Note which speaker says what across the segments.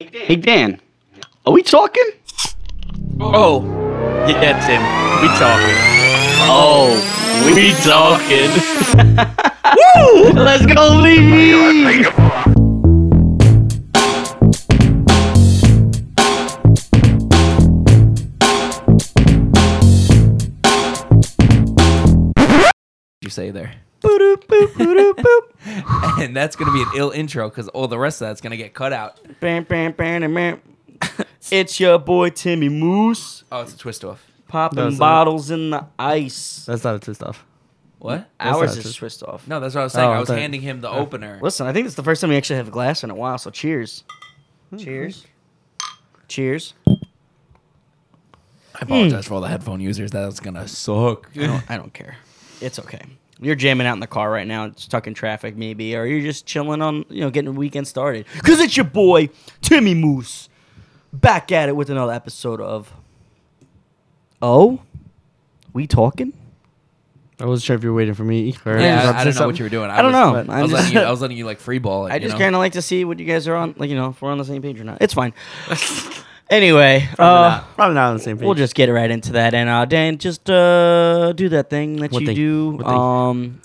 Speaker 1: Hey Dan, are we talking?
Speaker 2: Oh, yeah, that's him. We talking.
Speaker 1: Oh,
Speaker 2: We talking.
Speaker 1: woo! Let's go, Lee.
Speaker 3: you say there.
Speaker 1: Boop, boop, boop, boop,
Speaker 3: And that's gonna be an ill intro because all the rest of that's gonna get cut out.
Speaker 1: Bam, bam, bam, bam. It's your boy Timmy Moose
Speaker 3: Oh, it's a twist off.
Speaker 1: popping
Speaker 4: No, it's not.
Speaker 1: bottles in the ice.
Speaker 4: That's not a twist off.
Speaker 3: What?
Speaker 1: Ours
Speaker 4: not
Speaker 1: is
Speaker 4: just-
Speaker 1: twist off.
Speaker 3: No, that's what I was saying.
Speaker 4: Oh,
Speaker 3: I was
Speaker 4: that-
Speaker 3: handing him the opener.
Speaker 1: Listen, I think it's the first time we actually have a glass in a while. So cheers.
Speaker 4: Hmm,
Speaker 1: Cheers. Cheers.
Speaker 3: I apologize for all the headphone users. That's gonna suck.
Speaker 1: I don't, I don't care. It's okay. You're jamming out in the car right now, stuck in traffic maybe, or you're just chilling on, you know, getting the weekend started. Cause it's your boy Timmy Moose back at it with another episode of Oh, we talking?
Speaker 4: I wasn't sure if you were waiting for me. or-
Speaker 3: Yeah, I, I don't know
Speaker 4: Say
Speaker 3: what
Speaker 4: something.
Speaker 3: you were doing.
Speaker 1: I don't
Speaker 3: was-
Speaker 1: know.
Speaker 3: I
Speaker 1: I'm
Speaker 3: was,
Speaker 1: just-
Speaker 3: letting you, I was letting you like free ball. It,
Speaker 1: I
Speaker 3: you
Speaker 1: just
Speaker 3: know?
Speaker 1: kind of like to see what you guys are on, like you know, if we're on the same page or not. It's fine. anyway,
Speaker 4: Probably
Speaker 1: uh,
Speaker 4: not- Probably not on the same page.
Speaker 1: we'll just get right into that. And uh, Dan, just uh, do that thing that
Speaker 4: What
Speaker 1: you
Speaker 4: thing?
Speaker 1: do.
Speaker 4: What thing?
Speaker 1: Um,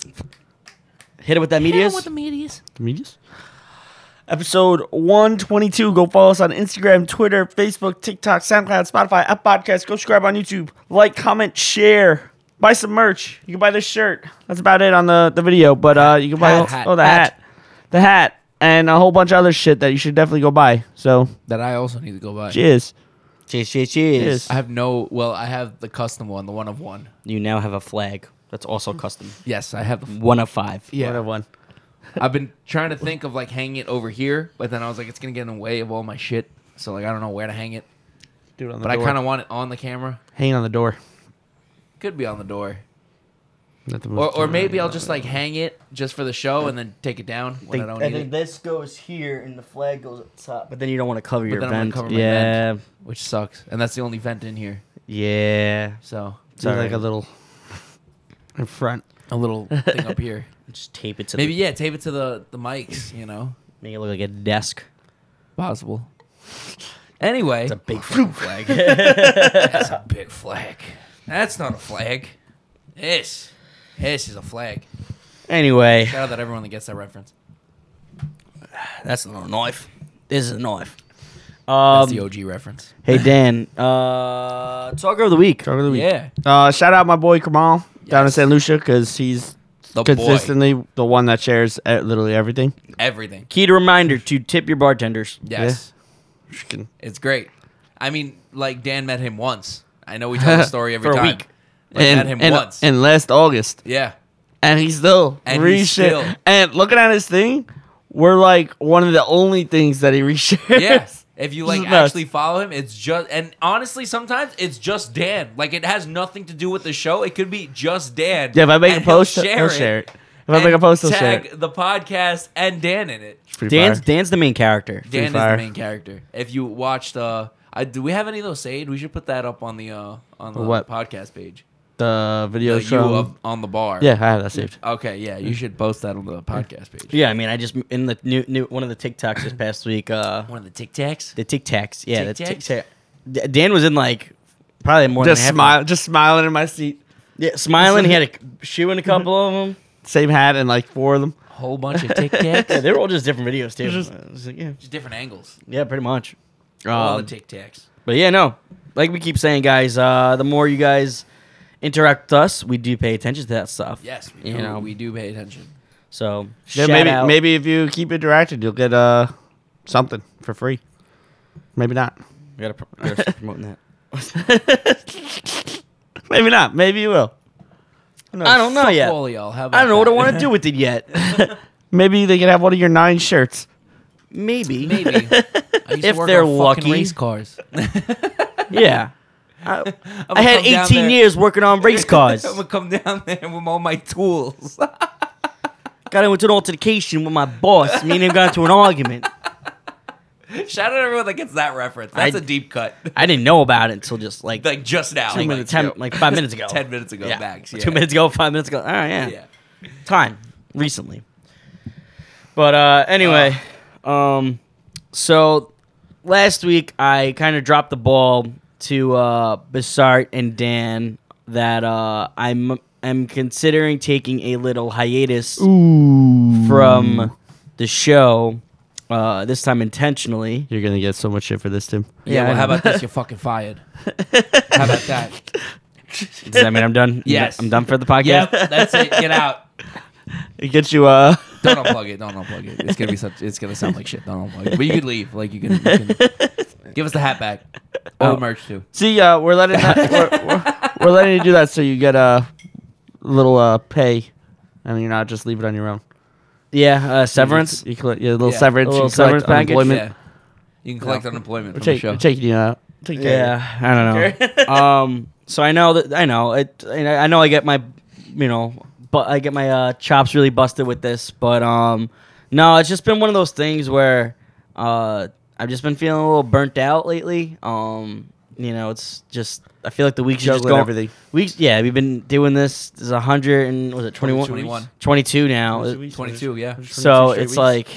Speaker 1: hit it with that media.
Speaker 3: with the medias.
Speaker 4: The medias? Episode 122. Go follow us on Instagram, Twitter, Facebook, TikTok, SoundCloud, Spotify, App Podcast. Go subscribe on YouTube. Like, comment, share. Buy some merch. You can buy this shirt. That's about it on the, the video. But uh, you can buy
Speaker 3: Hat,
Speaker 4: all-
Speaker 3: hat,
Speaker 4: oh, the
Speaker 3: hat.
Speaker 4: hat. The hat. And a whole bunch of other shit that you should definitely go buy. So,
Speaker 3: That I also need to go buy.
Speaker 4: cheers.
Speaker 1: Cheers, cheers, cheers.
Speaker 3: I have no. Well, I have the custom one, the one of one.
Speaker 1: You now have a flag that's also custom.
Speaker 3: Yes, I have. The,
Speaker 1: One of five.
Speaker 4: One
Speaker 3: yeah,
Speaker 4: of one.
Speaker 3: I've been trying to think of like hanging it over here, but then I was like, it's gonna get in the way of all my shit. So like, I don't know where to hang it.
Speaker 4: Do it on the
Speaker 3: But I
Speaker 4: door.
Speaker 3: kind of want it on the camera.
Speaker 4: Hang it on the door.
Speaker 3: Could be on the door,
Speaker 4: Not the
Speaker 3: or
Speaker 4: most-
Speaker 3: or maybe I'll just like hang it just for the show and then take it down when I don't need it,
Speaker 1: this goes here, and the flag goes up top. But then you don't want to cover your
Speaker 3: then I'm gonna
Speaker 1: vent.
Speaker 3: cover my
Speaker 1: yeah,
Speaker 3: which sucks. And that's the only vent in here.
Speaker 1: yeah.
Speaker 3: So
Speaker 4: Do like
Speaker 1: Sorry.
Speaker 4: a little in front.
Speaker 3: a little thing up here.
Speaker 1: Just tape it to
Speaker 3: Maybe
Speaker 1: the,
Speaker 3: yeah, tape it to the the mics. You know,
Speaker 1: make it look like a desk.
Speaker 3: possible. Anyway,
Speaker 1: It's a big fucking flag.
Speaker 3: That's a big flag. That's not a flag. This, this is a flag.
Speaker 1: anyway,
Speaker 3: Shout out that everyone that gets that reference.
Speaker 1: that's not a knife. This is a knife. Um,
Speaker 3: That's the OG reference.
Speaker 1: hey Dan, uh, talker of the week.
Speaker 4: Talk of the week.
Speaker 3: Yeah,
Speaker 4: Uh, shout out my boy Kamal down in
Speaker 3: Yes.
Speaker 4: St. Lucia because he's
Speaker 3: The boy.
Speaker 4: consistently the one that shares uh, literally everything.
Speaker 3: everything.
Speaker 1: Key to reminder to tip your bartenders.
Speaker 3: Yes,
Speaker 4: Freaking-
Speaker 3: it's great. I mean, like Dan met him once. I know we tell the story every
Speaker 1: For a
Speaker 3: time.
Speaker 1: week.
Speaker 3: Like,
Speaker 4: and,
Speaker 3: met him
Speaker 4: and,
Speaker 3: once.
Speaker 4: and last August,
Speaker 3: yeah,
Speaker 4: and he's still
Speaker 3: And
Speaker 4: reshared.
Speaker 3: he's still-
Speaker 4: And looking at his thing, we're like one of the only things that he reshares.
Speaker 3: yes. If you like
Speaker 4: This is nuts.
Speaker 3: actually follow him, it's just and honestly, sometimes it's just Dan. Like it has nothing to do with the show. It could be just Dan.
Speaker 4: Yeah, if I make
Speaker 3: And
Speaker 4: a
Speaker 3: he'll
Speaker 4: post, he'll share, it. If I make
Speaker 3: and
Speaker 4: a post, he'll share
Speaker 3: tag
Speaker 4: it.
Speaker 3: the podcast and Dan in it.
Speaker 4: It's pretty
Speaker 1: Dan's
Speaker 4: fire.
Speaker 1: Dan's the main character.
Speaker 3: Dan is the
Speaker 4: Fire.
Speaker 3: main character. If you watched, uh, I do we have any of those saved? We should put that up on the uh on the
Speaker 4: What?
Speaker 3: podcast page.
Speaker 4: the video
Speaker 3: The you
Speaker 4: show.
Speaker 3: of, on the bar.
Speaker 4: yeah, I have that saved.
Speaker 3: Okay. Yeah, you should post that on the podcast page.
Speaker 1: Yeah, I mean, I just in the new, new one of the TikToks this past week. Uh,
Speaker 3: One of the Tic Tacs.
Speaker 1: The Tic Tacs. Yeah, the Tic
Speaker 3: Tic
Speaker 1: Tac. D- Dan was in like probably more
Speaker 4: Just
Speaker 1: than half of
Speaker 4: smile, just smiling in my seat.
Speaker 1: them. Yeah, smiling. He had a c- shoe in a couple of them.
Speaker 4: Same hat and like four of them.
Speaker 3: Whole bunch of Tic
Speaker 1: Yeah,
Speaker 3: Tacs.
Speaker 1: they were all just different videos too.
Speaker 4: Just-
Speaker 1: I was like,
Speaker 4: Um,
Speaker 1: yeah,
Speaker 3: Just different angles.
Speaker 1: yeah, pretty much.
Speaker 3: All
Speaker 1: Um,
Speaker 3: the Tic Tacs.
Speaker 1: but yeah, no. Like we keep saying, guys, uh, the more you guys interact with us, we do pay attention to that stuff.
Speaker 3: Yes, we do,
Speaker 1: you know.
Speaker 3: we do pay attention.
Speaker 1: So
Speaker 4: Yeah,
Speaker 1: shout
Speaker 4: maybe
Speaker 1: out.
Speaker 4: maybe if you keep interacting, you'll get uh something for free. Maybe not.
Speaker 1: we gotta, pro- we gotta start promoting that.
Speaker 4: Maybe not. Maybe you will.
Speaker 1: I don't know
Speaker 3: Fuck
Speaker 1: yet.
Speaker 3: all y'all. How
Speaker 1: I don't know what I
Speaker 3: about
Speaker 1: want to do with it yet.
Speaker 4: Maybe they can have one of your nine shirts.
Speaker 1: maybe,
Speaker 3: that? Maybe. I used
Speaker 1: If
Speaker 3: to work
Speaker 1: they're
Speaker 3: on fucking
Speaker 1: lucky.
Speaker 3: race cars.
Speaker 1: yeah. I, I had
Speaker 3: come down
Speaker 1: 18
Speaker 3: there.
Speaker 1: years working on race cars.
Speaker 3: I'm gonna come down there with all my tools.
Speaker 1: Got into an altercation with my boss. Me and him got into an argument.
Speaker 3: Shout out to everyone that gets that reference. That's
Speaker 1: I-
Speaker 3: a deep cut.
Speaker 1: I didn't know about it until just like,
Speaker 3: Like just now.
Speaker 1: two minutes, ten, like five minutes ago.
Speaker 3: Ten minutes ago,
Speaker 1: Yeah.
Speaker 3: max. Yeah.
Speaker 1: Two minutes ago, five minutes ago. All right, yeah.
Speaker 3: Yeah.
Speaker 1: Time
Speaker 3: Uh.
Speaker 1: recently. But uh, anyway, um, so last week I kind of dropped the ball to uh, Bissart and Dan that uh, I'm am considering taking a little hiatus from the show. Uh, this time intentionally.
Speaker 4: You're gonna get so much shit for this, Tim.
Speaker 3: Yeah,
Speaker 1: I
Speaker 3: well,
Speaker 1: know.
Speaker 3: how about this? You're fucking fired. How about that?
Speaker 1: Does that mean I'm done?
Speaker 3: Yes.
Speaker 1: I'm done for the podcast.
Speaker 3: Yep, that's it. Get out.
Speaker 4: It gets you. Uh,
Speaker 3: Don't unplug it. Don't unplug it. It's gonna be such. It's gonna sound like shit. Don't unplug it. But you could leave. Like you can, you can give us the hat back. All the merch too.
Speaker 4: see, uh, we're letting that, Oh. we're, we're, we're letting you do that so you get a little uh pay, and you're not just leave it on your own.
Speaker 1: Yeah. Uh, severance.
Speaker 4: You, collect yeah, a little
Speaker 3: Yeah.
Speaker 4: severance.
Speaker 1: A little
Speaker 4: you collect
Speaker 1: severance package.
Speaker 4: unemployment.
Speaker 3: Yeah. You can collect unemployment
Speaker 4: We're,
Speaker 3: from the
Speaker 4: take,
Speaker 3: show.
Speaker 4: we're taking you out. Take care.
Speaker 1: Yeah. I don't
Speaker 4: Uh,
Speaker 1: know. um. So I know that I know it. And I I know I get my, you know, but I get my uh, chops really busted with this. But um, no, it's just been one of those things where uh, I've just been feeling a little burnt out lately. Um. You know, it's just I feel like the weeks are just
Speaker 4: Juggling
Speaker 1: going.
Speaker 4: everything.
Speaker 1: Weeks. Yeah, we've been doing this. There's a hundred and was it 21?
Speaker 3: 21.
Speaker 1: 22 now.
Speaker 3: Twenty-two. Yeah.
Speaker 1: So it's like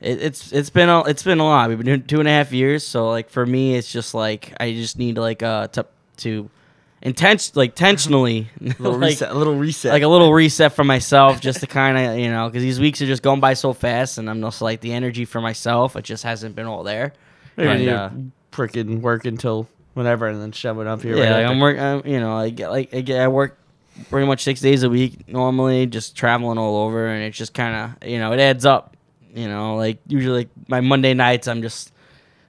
Speaker 1: it, it's it's been a, it's been a lot. We've been doing two and a half years. So like for me, it's just like I just need like uh to to intense like intentionally
Speaker 4: little
Speaker 1: like,
Speaker 4: reset. Uh-huh. A little reset.
Speaker 1: like a little reset for myself just to kind of you know because these weeks are just going by so fast and I'm just like the energy for myself it just hasn't been all there.
Speaker 4: Maybe
Speaker 1: And,
Speaker 4: you
Speaker 1: uh,
Speaker 4: frickin' work until whenever, and then shove it up here.
Speaker 1: yeah,
Speaker 4: right
Speaker 1: like I'm
Speaker 4: after.
Speaker 1: work. I'm, you know, I get like I, get, I work pretty much six days a week normally, just traveling all over, and it's just kind of you know it adds up. You know, like usually like my Monday nights, I'm just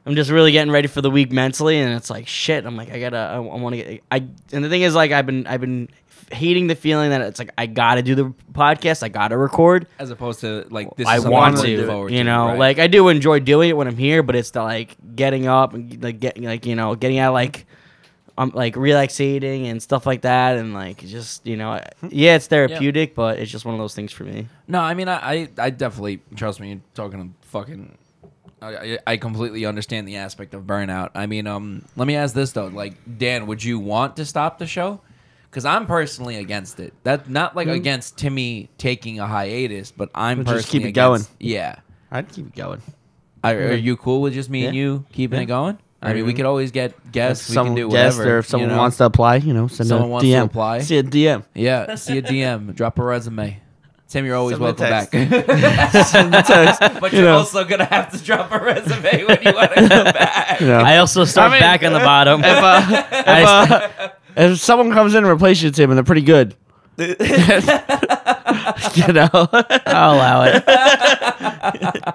Speaker 1: I'm just really getting ready for the week mentally, and it's like shit. I'm like I gotta I, want to get I and the thing is like I've been I've been hating the feeling that it's like I gotta do the podcast, I gotta record.
Speaker 3: As opposed to like this.
Speaker 1: I
Speaker 3: is something
Speaker 1: want
Speaker 3: I'm
Speaker 1: to,
Speaker 3: looking
Speaker 1: you
Speaker 3: forward
Speaker 1: know,
Speaker 3: right?
Speaker 1: like I do enjoy doing it when I'm here, but it's the like getting up and like getting like you know getting out like I'm like relaxating and stuff like that, and like just you know, I-
Speaker 4: Hmm.
Speaker 1: yeah, it's therapeutic, but it's just one of those things for me.
Speaker 3: No, I mean, I, I, I definitely trust me. Talking to fucking, I, I, I completely understand the aspect of burnout. I mean, um, let me ask this though, like Dan, would you want to stop the show? Because I'm personally against it. That not like against Timmy taking a hiatus, but I'm
Speaker 4: Hmm? But
Speaker 3: personally
Speaker 4: just keep it
Speaker 3: against- Yeah.
Speaker 4: I'd keep it going.
Speaker 3: Are, are you cool with just me and
Speaker 4: Yeah.
Speaker 3: you keeping it going? I mean, we could always get
Speaker 4: If
Speaker 3: guests. We can
Speaker 4: someone
Speaker 3: do
Speaker 4: guessed
Speaker 3: whatever.
Speaker 4: or if
Speaker 3: you
Speaker 4: someone
Speaker 3: know?
Speaker 4: wants to apply, you know, send
Speaker 3: Someone
Speaker 4: a
Speaker 3: wants to
Speaker 4: DM.
Speaker 3: apply.
Speaker 4: See a DM.
Speaker 3: yeah, see a DM, drop a resume. Tim, you're always
Speaker 4: Send me a
Speaker 3: welcome
Speaker 4: text.
Speaker 3: back. But you're
Speaker 4: know.
Speaker 3: also gonna have to drop a resume when you want to come back.
Speaker 4: You know.
Speaker 1: I also start
Speaker 4: mean-
Speaker 1: back on the bottom.
Speaker 4: if, uh, if, uh, if someone comes in and replaces Tim and they're pretty good, you know,
Speaker 1: I'll allow it.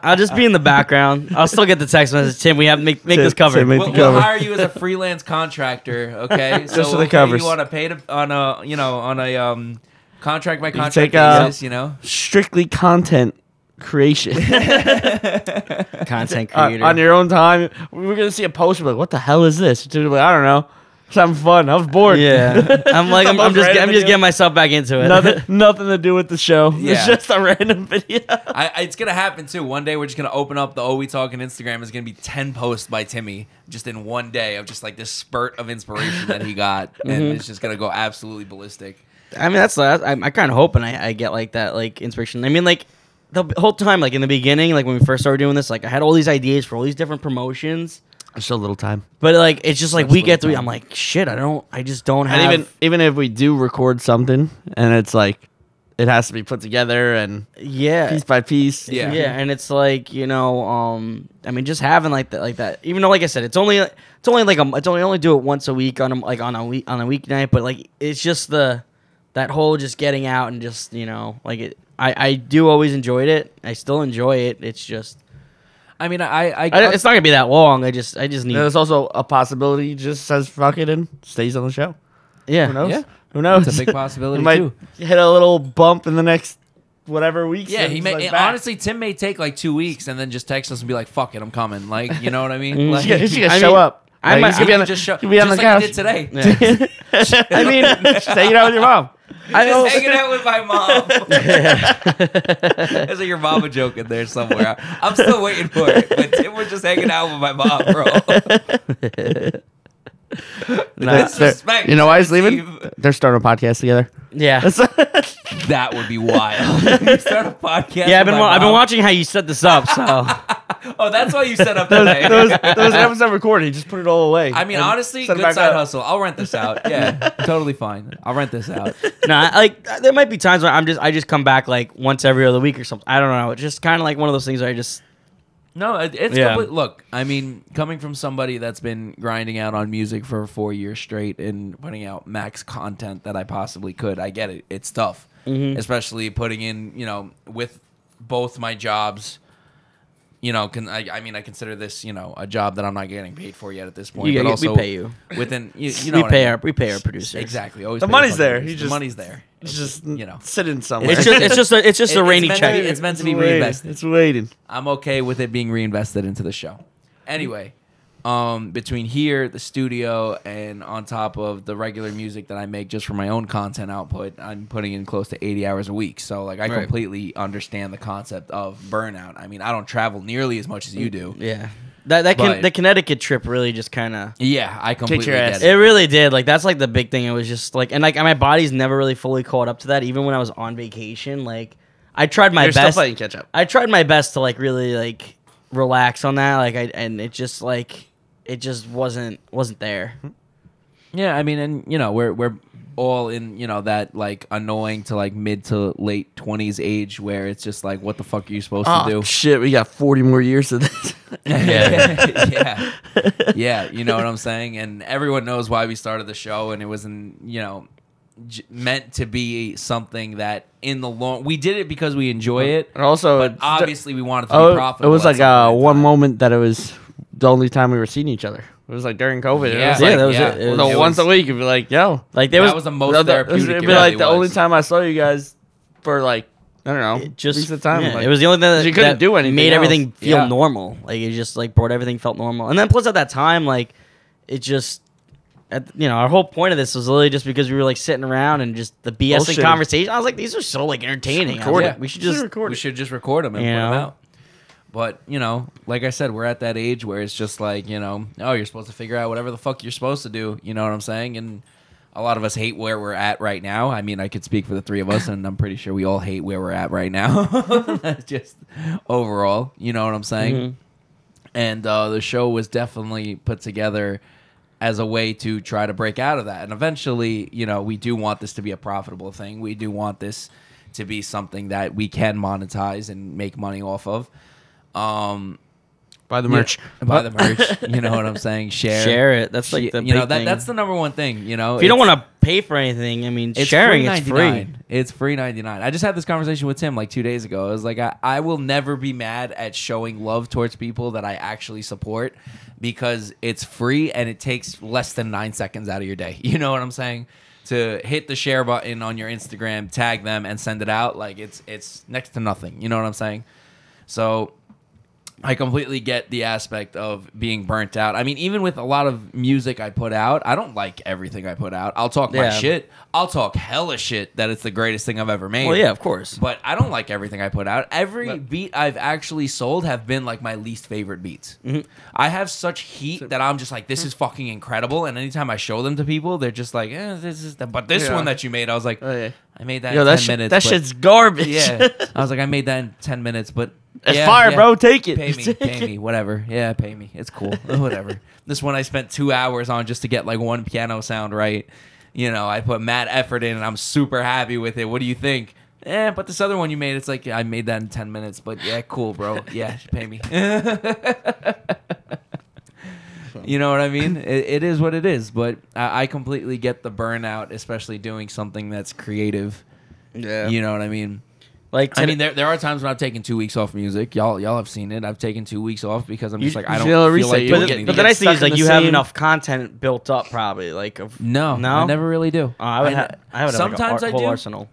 Speaker 1: I'll just be in the background. I'll still get the text message. Tim, we have to make, make
Speaker 4: Tim-
Speaker 1: this cover.
Speaker 4: Tim, make-
Speaker 3: We'll,
Speaker 4: The
Speaker 3: we'll
Speaker 4: cover.
Speaker 3: hire you as a freelance contractor, okay?
Speaker 4: Just for the
Speaker 3: we'll pay
Speaker 4: covers.
Speaker 3: You on a paid on a you know on a um contract by contract
Speaker 4: take, uh,
Speaker 3: basis, you know.
Speaker 4: strictly content creation
Speaker 1: Content
Speaker 4: on,
Speaker 1: creator.
Speaker 4: Uh, on your own time. We We're gonna see a post. We're like, what the hell is this? Dude, we're like, I don't know. It's having fun. I was bored.
Speaker 1: yeah, I'm like I'm, I'm just I'm just getting myself back into it.
Speaker 4: nothing, nothing to do with the show.
Speaker 3: Yeah.
Speaker 4: It's just a random video.
Speaker 3: I, I- it's gonna happen too. One day we're just gonna open up the Oh We Talk and Instagram. It's gonna be ten posts by Timmy just in one day of just like this spurt of inspiration that he got, and
Speaker 4: Mm-hmm.
Speaker 3: it's just gonna go absolutely ballistic.
Speaker 1: I mean, that's that's- I'm, I kind of hoping I, I get like that like inspiration. I mean, like the b- whole time, like in the beginning, like when we first started doing this, like I had all these ideas for all these different promotions,
Speaker 4: Just a little time.
Speaker 1: but like it's just like we get
Speaker 3: little
Speaker 1: through.
Speaker 3: time.
Speaker 1: I'm like, shit, I don't, I just don't have.
Speaker 4: And even even if we do record something, and it's like, it has to be put together and
Speaker 1: yeah,
Speaker 4: piece by piece.
Speaker 3: Yeah.
Speaker 1: yeah, and it's like you know, um, I mean, just having like that, like that. Even though, like I said, it's only it's only like a, it's only only do it once a week on a, like on a week on a weeknight, but like it's just the that whole just getting out and just you know, like it. I I do always enjoyed it. I still enjoy it. It's just
Speaker 3: I mean, I I,
Speaker 1: I, it's not gonna be that long. I just I just need
Speaker 4: And there's also a possibility he just says fuck it and stays on the show.
Speaker 1: yeah.
Speaker 4: Who knows?
Speaker 3: Yeah.
Speaker 4: Who knows?
Speaker 3: It's a big
Speaker 4: he
Speaker 3: possibility
Speaker 4: might
Speaker 3: too.
Speaker 4: hit a little bump in the next whatever week.
Speaker 3: Yeah,
Speaker 4: and
Speaker 3: he
Speaker 4: he's
Speaker 3: may
Speaker 4: like,
Speaker 3: and
Speaker 4: back.
Speaker 3: honestly Tim may take like two weeks and then just text us and be like, "Fuck it, I'm coming." Like, you know what I mean?
Speaker 1: Mm.
Speaker 3: Like,
Speaker 4: He's gonna- Mm-hmm. he's gonna
Speaker 1: I
Speaker 4: show
Speaker 1: mean,
Speaker 4: up.
Speaker 1: I might- I
Speaker 4: he's gonna be
Speaker 3: you
Speaker 4: on the,
Speaker 3: just show,
Speaker 4: he'll be on
Speaker 3: just
Speaker 4: the
Speaker 3: like you
Speaker 4: couch.
Speaker 3: did today.
Speaker 1: Yeah.
Speaker 4: I mean, taking out with your mom.
Speaker 1: I
Speaker 3: Just
Speaker 1: don't,
Speaker 3: hanging out with my mom. There's like your mama joke in there somewhere. I'm still waiting for it, but Tim was just hanging out with my mom, bro.
Speaker 4: That's
Speaker 3: disrespect.
Speaker 4: You know why he's leaving?
Speaker 3: Steve.
Speaker 4: They're starting a podcast together.
Speaker 1: yeah.
Speaker 3: That would be wild. You Start a podcast.
Speaker 1: Yeah, I've
Speaker 3: with
Speaker 1: been
Speaker 3: my
Speaker 1: wa- I've been
Speaker 3: mom.
Speaker 1: watching how you set this up, so
Speaker 3: oh, that's why you set up that day.
Speaker 4: Those those episodes recorded. He just put it all away.
Speaker 3: I mean, honestly,
Speaker 4: set it
Speaker 3: good
Speaker 4: back
Speaker 3: side
Speaker 4: up.
Speaker 3: hustle. I'll rent this out. Yeah, totally fine. I'll rent this out.
Speaker 1: no, I, like there might be times where I'm just I just come back like once every other week or something. I don't know. It's just kind of like one of those things where I just
Speaker 3: No, it- it's
Speaker 1: Yeah.
Speaker 3: complete. Look, I mean, coming from somebody that's been grinding out on music for four years straight and putting out max content that I possibly could, I get it. It's tough,
Speaker 1: Mm-hmm.
Speaker 3: especially putting in, you know, with both my jobs. You know, can I? I mean, I consider this, you know, a job that I'm not getting paid for yet at this
Speaker 1: You
Speaker 3: point. but
Speaker 1: get- we
Speaker 3: also
Speaker 1: pay you.
Speaker 3: within. You, you know, what I
Speaker 1: pay
Speaker 3: mean.
Speaker 1: our- we pay our producers.
Speaker 3: exactly. Always
Speaker 4: The
Speaker 3: pay
Speaker 4: money's
Speaker 3: fucking
Speaker 4: there. You
Speaker 3: producers.
Speaker 4: just-
Speaker 3: the money's there.
Speaker 4: it's just
Speaker 3: you know.
Speaker 4: sitting somewhere.
Speaker 1: it's just it's just a, it's just a
Speaker 3: It- it's
Speaker 1: rainy
Speaker 3: meant to
Speaker 1: check.
Speaker 3: be- it's meant to be
Speaker 4: waiting.
Speaker 3: reinvested.
Speaker 4: It's waiting.
Speaker 3: I'm okay with it being reinvested into the show. Anyway, um, between here, the studio, and on top of the regular music that I make just for my own content output, I'm putting in close to 80 hours a week. So, like, I
Speaker 1: Right.
Speaker 3: completely understand the concept of burnout. I mean, I don't travel nearly as much as
Speaker 1: Mm.
Speaker 3: you do.
Speaker 1: yeah, that that can,
Speaker 3: But-
Speaker 1: the Connecticut trip really just kind of
Speaker 3: Yeah, I completely
Speaker 4: your ass.
Speaker 3: get
Speaker 1: It
Speaker 3: it.
Speaker 1: really did. Like that's like the big thing. It was just like and like my body's never really fully caught up to that. Even when I was on vacation, like I tried my
Speaker 4: You're still
Speaker 1: best.
Speaker 4: playing catch up.
Speaker 1: I tried my best to like really like relax on that. Like I and it just like it just wasn't wasn't there.
Speaker 3: Yeah, I mean, and you know, we're we're all in you know that like annoying to like mid to late 20s age where it's just like, what the fuck are you supposed
Speaker 4: Ah,
Speaker 3: to do?
Speaker 4: Oh, shit, we got 40 more years of this.
Speaker 3: yeah. yeah. Yeah, you know what I'm saying? And everyone knows why we started the show and it was in, you know, j- meant to be something that in the long we did it because we enjoy it.
Speaker 4: And also,
Speaker 3: But
Speaker 4: it's-
Speaker 3: obviously we wanted to be
Speaker 4: oh, it
Speaker 3: profitable.
Speaker 4: was
Speaker 3: at
Speaker 4: like
Speaker 3: some
Speaker 4: uh,
Speaker 3: point in
Speaker 4: one
Speaker 3: time.
Speaker 4: moment that it was the only time we were seeing each other. It was like during COVID.
Speaker 3: Yeah.
Speaker 4: It was
Speaker 3: Yeah,
Speaker 4: like,
Speaker 1: that was
Speaker 3: yeah.
Speaker 1: it.
Speaker 4: it
Speaker 1: It
Speaker 4: was
Speaker 1: was-
Speaker 4: a once a week. It'd be like, yo,
Speaker 1: Like there
Speaker 3: that
Speaker 1: was,
Speaker 3: was, the most
Speaker 4: the- the-
Speaker 3: therapeutic.
Speaker 4: It'd be
Speaker 3: it
Speaker 4: like
Speaker 3: really
Speaker 4: the only
Speaker 3: was.
Speaker 4: time I saw you guys for like I don't know,
Speaker 1: it just
Speaker 4: decent time.
Speaker 1: yeah,
Speaker 4: like-
Speaker 1: it was the only thing that
Speaker 4: you couldn't
Speaker 1: that
Speaker 4: do anything
Speaker 1: Made
Speaker 4: else.
Speaker 1: everything feel
Speaker 3: Yeah.
Speaker 1: normal. Like it just like brought everything felt normal. And then plus at that time, like it just. At, you know, our whole point of this was literally just because we were like sitting around and just the BS and
Speaker 4: Bullshitting.
Speaker 1: conversation. I was like, these are so like entertaining. I was
Speaker 4: Record
Speaker 1: like,
Speaker 3: it.
Speaker 1: we should just
Speaker 3: we should just record them and
Speaker 1: You
Speaker 3: put
Speaker 1: know?
Speaker 3: them out. But you know, like I said, we're at that age where it's just like you know, oh, you're supposed to figure out whatever the fuck you're supposed to do. You know what I'm saying? And a lot of us hate where we're at right now. I mean, I could speak for the three of us, and I'm pretty sure we all hate where we're at right now. That's just overall, you know what I'm saying? And uh, the show was definitely put together as a way to try to break out of that. And eventually, you know, we do want this to be a profitable thing. We do want this to be something that we can monetize and make money off of. Um,
Speaker 4: by the
Speaker 3: buy the merch. you know what I'm saying? Share,
Speaker 1: share it. That's like
Speaker 3: Share-
Speaker 1: the
Speaker 3: you know
Speaker 1: big
Speaker 3: that
Speaker 1: thing.
Speaker 3: that's the number one thing. You know,
Speaker 1: if you don't
Speaker 3: It's-
Speaker 1: want to pay for anything, I mean, sharing is free.
Speaker 3: $3.99. It's free ninety nine. I just had this conversation with Tim like two days ago. I was like, I, I will never be mad at showing love towards people that I actually support because it's free and it takes less than nine seconds out of your day. You know what I'm saying? To hit the share button on your Instagram, tag them, and send it out. Like it's it's next to nothing. You know what I'm saying? So I completely get the aspect of being burnt out. I mean, even with a lot of music I put out, I don't like everything I put out. I'll talk my
Speaker 1: Yeah.
Speaker 3: shit. I'll talk hella shit that it's the greatest thing I've ever made.
Speaker 1: Well, yeah, of course.
Speaker 3: But I don't like everything I put out. Every beat I've actually sold have been like my least favorite beats.
Speaker 4: Mm-hmm.
Speaker 3: I have such heat that I'm just like, this is fucking incredible. And anytime I show them to people, they're just like, eh, this is the, but this
Speaker 4: Yeah.
Speaker 3: one that you made, I was like,
Speaker 4: Oh, yeah.
Speaker 3: I made that
Speaker 4: Yo,
Speaker 3: in 10
Speaker 4: that shit,
Speaker 3: minutes.
Speaker 4: that
Speaker 3: but-
Speaker 4: shit's garbage.
Speaker 3: yeah. I was like, I made that in 10 minutes, but
Speaker 4: it's
Speaker 3: yeah,
Speaker 4: fire,
Speaker 3: yeah
Speaker 4: bro. Take it.
Speaker 3: pay me, pay me, whatever. Yeah, pay me. It's cool, whatever. This one I spent two hours on just to get like one piano sound right. You know, I put mad effort in, and I'm super happy with it. What do you think? Eh, but this other one you made, it's like yeah, I made that in ten minutes. But yeah, cool, bro. Yeah, pay me. you know what I mean? It, it is what it is. But I, I completely get the burnout, especially doing something that's creative.
Speaker 1: Yeah.
Speaker 3: You know what I mean?
Speaker 1: Like,
Speaker 3: I mean, there, there are times when I've taken two weeks off music. Y'all y'all have seen it. I've taken two weeks off because I'm
Speaker 4: You-
Speaker 3: just like
Speaker 4: you
Speaker 3: I don't
Speaker 4: feel a
Speaker 3: feel,
Speaker 4: reset.
Speaker 3: like
Speaker 4: You
Speaker 3: doing
Speaker 1: but,
Speaker 4: get
Speaker 1: the,
Speaker 3: anything.
Speaker 1: but the nice thing
Speaker 4: stuck
Speaker 1: is
Speaker 4: in
Speaker 1: like
Speaker 4: the
Speaker 1: you have
Speaker 4: same-
Speaker 1: enough content built up, probably. Like, of,
Speaker 3: no,
Speaker 1: No?
Speaker 3: I never really do.
Speaker 1: Oh, I would.
Speaker 3: ne-
Speaker 1: ha- I would have like
Speaker 3: sometimes
Speaker 1: a ar-
Speaker 3: I
Speaker 1: whole
Speaker 3: do.
Speaker 1: arsenal.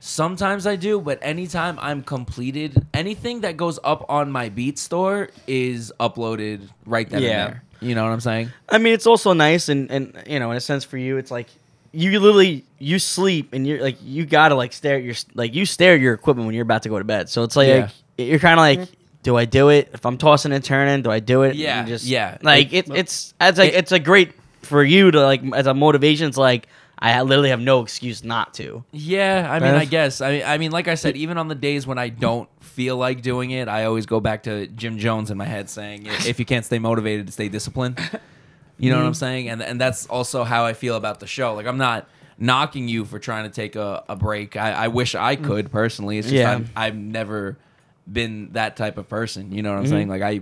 Speaker 3: Sometimes I do, but anytime I'm completed, anything that goes up on my beat store is uploaded right then
Speaker 1: Yeah.
Speaker 3: and there. You know what I'm saying?
Speaker 1: I mean, it's also nice, and and you know, in a sense, for you, it's like you literally you sleep and you're like you gotta like stare at your like you stare at your equipment when you're about to go to bed. So it's like,
Speaker 3: Yeah.
Speaker 1: you're kind of like. Do I do it? If I'm tossing and turning, do I do it?
Speaker 3: Yeah,
Speaker 1: And just,
Speaker 3: yeah.
Speaker 1: Like it, it's it's like
Speaker 3: it-
Speaker 1: it's a great for you to like as a motivation. It's like I ha- literally have no excuse not to.
Speaker 3: Yeah, I mean,
Speaker 4: Beth?
Speaker 3: I guess. I, I mean, like I said, even on the days when I don't feel like doing it, I always go back to Jim Jones in my head saying, "If you can't stay motivated, stay disciplined." You know what I'm
Speaker 4: Mm-hmm.
Speaker 3: saying? And and that's also how I feel about the show. Like I'm not knocking you for trying to take a, a break. I, I wish I
Speaker 4: Mm.
Speaker 3: could personally. It's just
Speaker 1: Yeah.
Speaker 3: I'm, I've never been that type of person. You know what
Speaker 4: Mm-hmm.
Speaker 3: I'm saying? Like I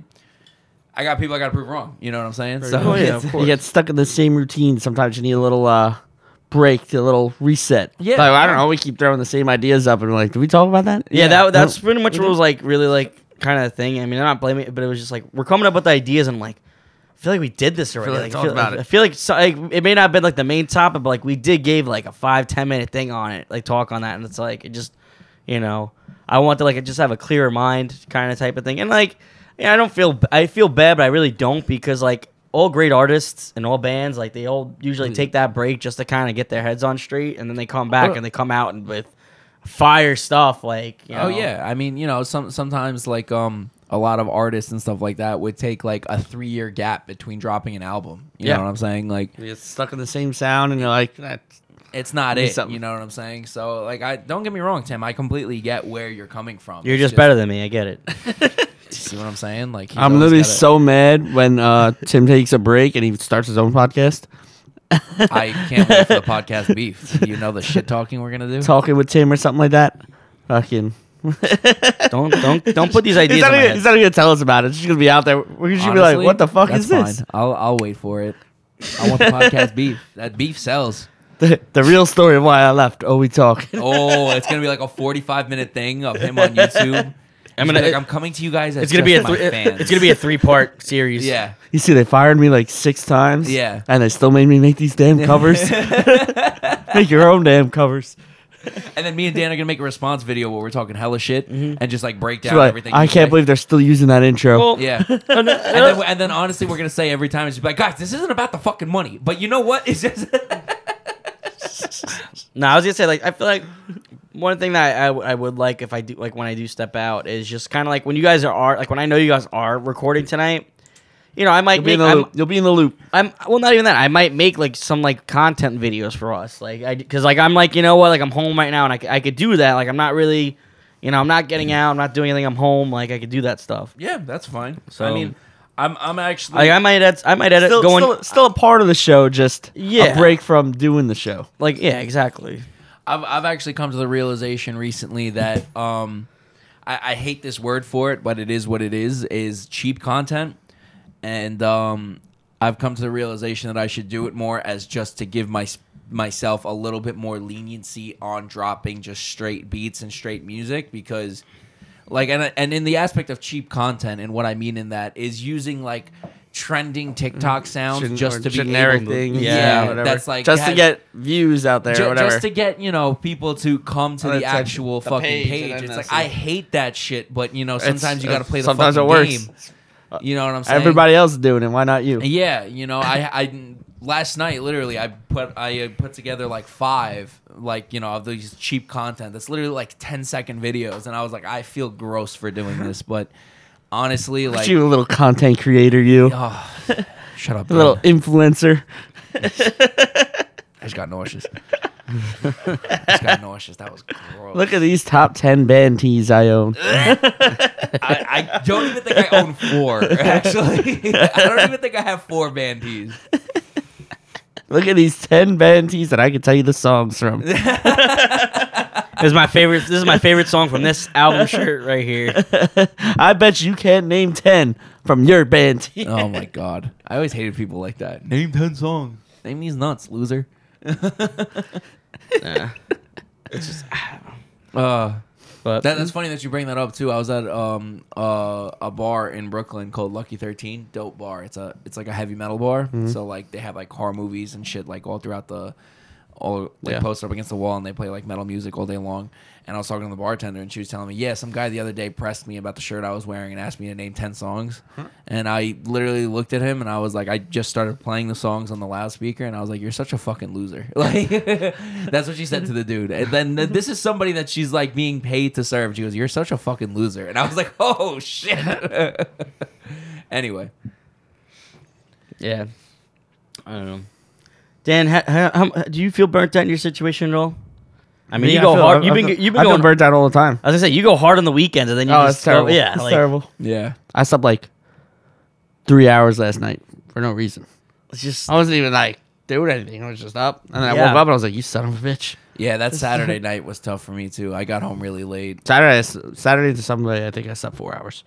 Speaker 3: I got people I gotta prove wrong. You know what I'm saying? So
Speaker 4: Oh, yeah, you get stuck in the same routine. Sometimes you need a little uh, break, a little reset.
Speaker 3: Yeah.
Speaker 4: Like, I don't know. We keep throwing the same ideas up, and we're like, "Did we talk about that?"
Speaker 1: Yeah, that that's
Speaker 4: Nope.
Speaker 1: pretty much what was like really like kind of thing. I mean, I'm not blaming it, but it was just like we're coming up with ideas and like I feel like we did this already.
Speaker 4: like
Speaker 1: Like, I
Speaker 4: we talked
Speaker 1: feel,
Speaker 4: about
Speaker 1: I
Speaker 4: it.
Speaker 1: feel like, so, like it may not have been like the main topic, but like we did gave like a five ten minute thing on it, like talk on that, and it's like it just you know I want to like just have a clearer mind kind of type of thing, and like yeah, I don't feel b- I feel bad, but I really don't because like. All great artists and all bands, like they all
Speaker 3: Mm.
Speaker 1: usually take that break just to kind of get their heads on straight, and then they come back and they come out and with fire stuff. Like, you
Speaker 3: Oh
Speaker 1: know.
Speaker 3: yeah, I mean, you know, some sometimes like um a lot of artists and stuff like that would take like a three year gap between dropping an album. You
Speaker 4: Yeah.
Speaker 3: know what I'm saying? Like
Speaker 4: You get stuck in the same sound, and you're like, "That's
Speaker 3: it's not
Speaker 4: Need
Speaker 3: it.
Speaker 4: something.
Speaker 3: You know what I'm saying? So like I don't get me wrong, Tim. I completely get where you're coming from.
Speaker 1: You're
Speaker 3: It's
Speaker 1: just better than me. I get it.
Speaker 3: See what I'm saying? Like he's
Speaker 4: I'm
Speaker 3: always
Speaker 4: literally
Speaker 3: gotta-
Speaker 4: so mad when uh, Tim takes a break and he starts his own podcast,
Speaker 3: I can't wait for the podcast beef. You know the shit talking we're gonna do.
Speaker 4: talking with Tim or something like that. Fucking.
Speaker 1: Don't don't don't put these ideas
Speaker 4: He's
Speaker 1: in
Speaker 4: not,
Speaker 1: my
Speaker 4: even,
Speaker 1: head.
Speaker 4: he's not even gonna tell us about it. It's just gonna be out there. We're just gonna be like,
Speaker 3: Honestly,
Speaker 4: "What the fuck
Speaker 3: that's
Speaker 4: is this?"
Speaker 3: fine. I'll I'll wait for it. I want the podcast beef. That beef sells.
Speaker 4: The, the real story of why I left. Oh, we talk.
Speaker 3: Oh, it's gonna be like a 45 minute thing of him on YouTube. I'm
Speaker 1: gonna-
Speaker 3: gonna. Like, I'm coming to you guys. As
Speaker 1: it's gonna be a
Speaker 3: just
Speaker 1: three,
Speaker 3: my fans.
Speaker 1: it's gonna be a three part series.
Speaker 3: Yeah.
Speaker 4: You see, they fired me like six times.
Speaker 3: Yeah.
Speaker 4: And they still made me make these damn covers. make your own damn covers.
Speaker 3: And then me and Dan are gonna make a response video where we're talking hella shit and just like break down
Speaker 4: But
Speaker 3: everything.
Speaker 4: I
Speaker 3: you
Speaker 4: can't
Speaker 3: say.
Speaker 4: believe they're still using that intro.
Speaker 1: Well,
Speaker 3: Yeah. and, then, and then honestly, we're gonna say every time it's just like, guys, this isn't about the fucking money. But you know what? It's just
Speaker 1: No, I was gonna say like I feel like one thing that I, I w- I would like if I do like when I do step out is just kind of like when you guys are, are like when I know you guys are recording tonight. You know, I might
Speaker 4: You'll be,
Speaker 1: make
Speaker 4: in the
Speaker 1: I'm-
Speaker 4: loop. You'll be in the loop.
Speaker 1: I'm well, not even that. I might make like some like content videos for us, like I because like I'm like you know what, like I'm home right now, and I, c- I could do that. Like I'm not really, you know, I'm not getting out, I'm not doing anything. I'm home, like I could do that stuff.
Speaker 3: yeah, that's fine. So
Speaker 1: So-
Speaker 3: I mean, I'm I'm actually
Speaker 1: Like I might edit, I might edit
Speaker 4: Still,
Speaker 1: going,
Speaker 4: still, still a part of the show, just
Speaker 1: Yeah.
Speaker 4: a break from doing the show.
Speaker 1: like yeah, exactly.
Speaker 3: I've I've actually come to the realization recently that um, I, I hate this word for it, but it is what it is. Is cheap content, and um, I've come to the realization that I should do it more as just to give my myself a little bit more leniency on dropping just straight beats and straight music because like and and in the aspect of cheap content and what I mean in that is using like trending TikTok sounds
Speaker 4: Mm-hmm. Gen-
Speaker 3: just
Speaker 4: or
Speaker 3: to be
Speaker 4: generic
Speaker 3: able to,
Speaker 4: things,
Speaker 1: yeah,
Speaker 4: whatever.
Speaker 3: that's like
Speaker 4: just to
Speaker 3: has-
Speaker 4: get views out there,
Speaker 3: Ju-
Speaker 4: or whatever.
Speaker 3: just to get you know people to come to
Speaker 4: On
Speaker 3: the
Speaker 4: its side,
Speaker 3: actual
Speaker 4: the
Speaker 3: fucking
Speaker 4: page,
Speaker 3: page.
Speaker 4: and then
Speaker 3: It's
Speaker 4: that's
Speaker 3: like I
Speaker 4: it.
Speaker 3: hate that shit, but you know
Speaker 4: It's-
Speaker 3: sometimes you got to
Speaker 4: it's-
Speaker 3: play the
Speaker 4: sometimes it
Speaker 3: fucking
Speaker 4: works.
Speaker 3: game. You know what I'm saying?
Speaker 4: Everybody else is doing it. Why not you?
Speaker 3: Yeah, you know I I last night literally I put I uh, put together like five like you know of these cheap content that's literally like 10 second videos, and I was like I feel gross for doing this, but honestly like
Speaker 4: you a little content creator, you
Speaker 3: oh, shut up,
Speaker 4: a little
Speaker 3: Ben.
Speaker 4: influencer.
Speaker 3: I just got nauseous. I just got nauseous. That was gross.
Speaker 4: Look at these top ten band tees I own.
Speaker 3: I, I don't even think I own four, actually. I don't even think I have four bandees.
Speaker 4: Look at these ten band tees that I can tell you the songs from.
Speaker 1: This is my favorite. This is my favorite song from this album shirt right here.
Speaker 4: I bet you can't name 10 from your band.
Speaker 3: Oh my god. I always hated people like that. Name 10 songs. Name these nuts, loser. Uh,
Speaker 1: But
Speaker 3: that, that's funny that you bring that up too. I was at um uh, a bar in Brooklyn called Lucky Thirteen, dope bar. It's a it's like a heavy metal bar. So like they have like horror movies and shit like all throughout the all like
Speaker 4: Yeah.
Speaker 3: posted up against the wall and they play like metal music all day long. And I was talking to the bartender and she was telling me, yeah, some guy the other day pressed me about the shirt I was wearing and asked me to name ten songs. And I literally looked at him and I was like, I just started playing the songs on the loudspeaker and I was like, you're such a fucking loser. Like that's what she said to the dude. And then th- this is somebody that she's like being paid to serve. She goes, you're such a fucking loser. And I was like, oh shit. anyway,
Speaker 1: yeah, I don't know. Dan, how, how, how, do you feel burnt out in your situation at all? I mean,
Speaker 4: Me,
Speaker 1: you
Speaker 4: I
Speaker 1: go
Speaker 4: feel-
Speaker 1: hard.
Speaker 4: I-
Speaker 1: You've
Speaker 4: I
Speaker 1: been
Speaker 4: feel-
Speaker 1: you've
Speaker 4: I
Speaker 1: been
Speaker 4: feel
Speaker 1: going.
Speaker 4: burnt out all the time.
Speaker 1: I was gonna say you go hard on the weekends and then you
Speaker 4: Oh,
Speaker 1: just
Speaker 4: it's terrible.
Speaker 1: Go, yeah,
Speaker 4: it's
Speaker 1: like,
Speaker 4: terrible.
Speaker 3: Yeah.
Speaker 4: I slept like three hours last night for no reason.
Speaker 1: It's just
Speaker 4: I wasn't even like doing anything. I was just up, and then I
Speaker 1: Yeah.
Speaker 4: woke up and I was like, "You son of a bitch."
Speaker 3: Yeah, that Saturday night was tough for me too. I got home really late.
Speaker 4: Saturday, Saturday to Sunday, I think I slept four hours.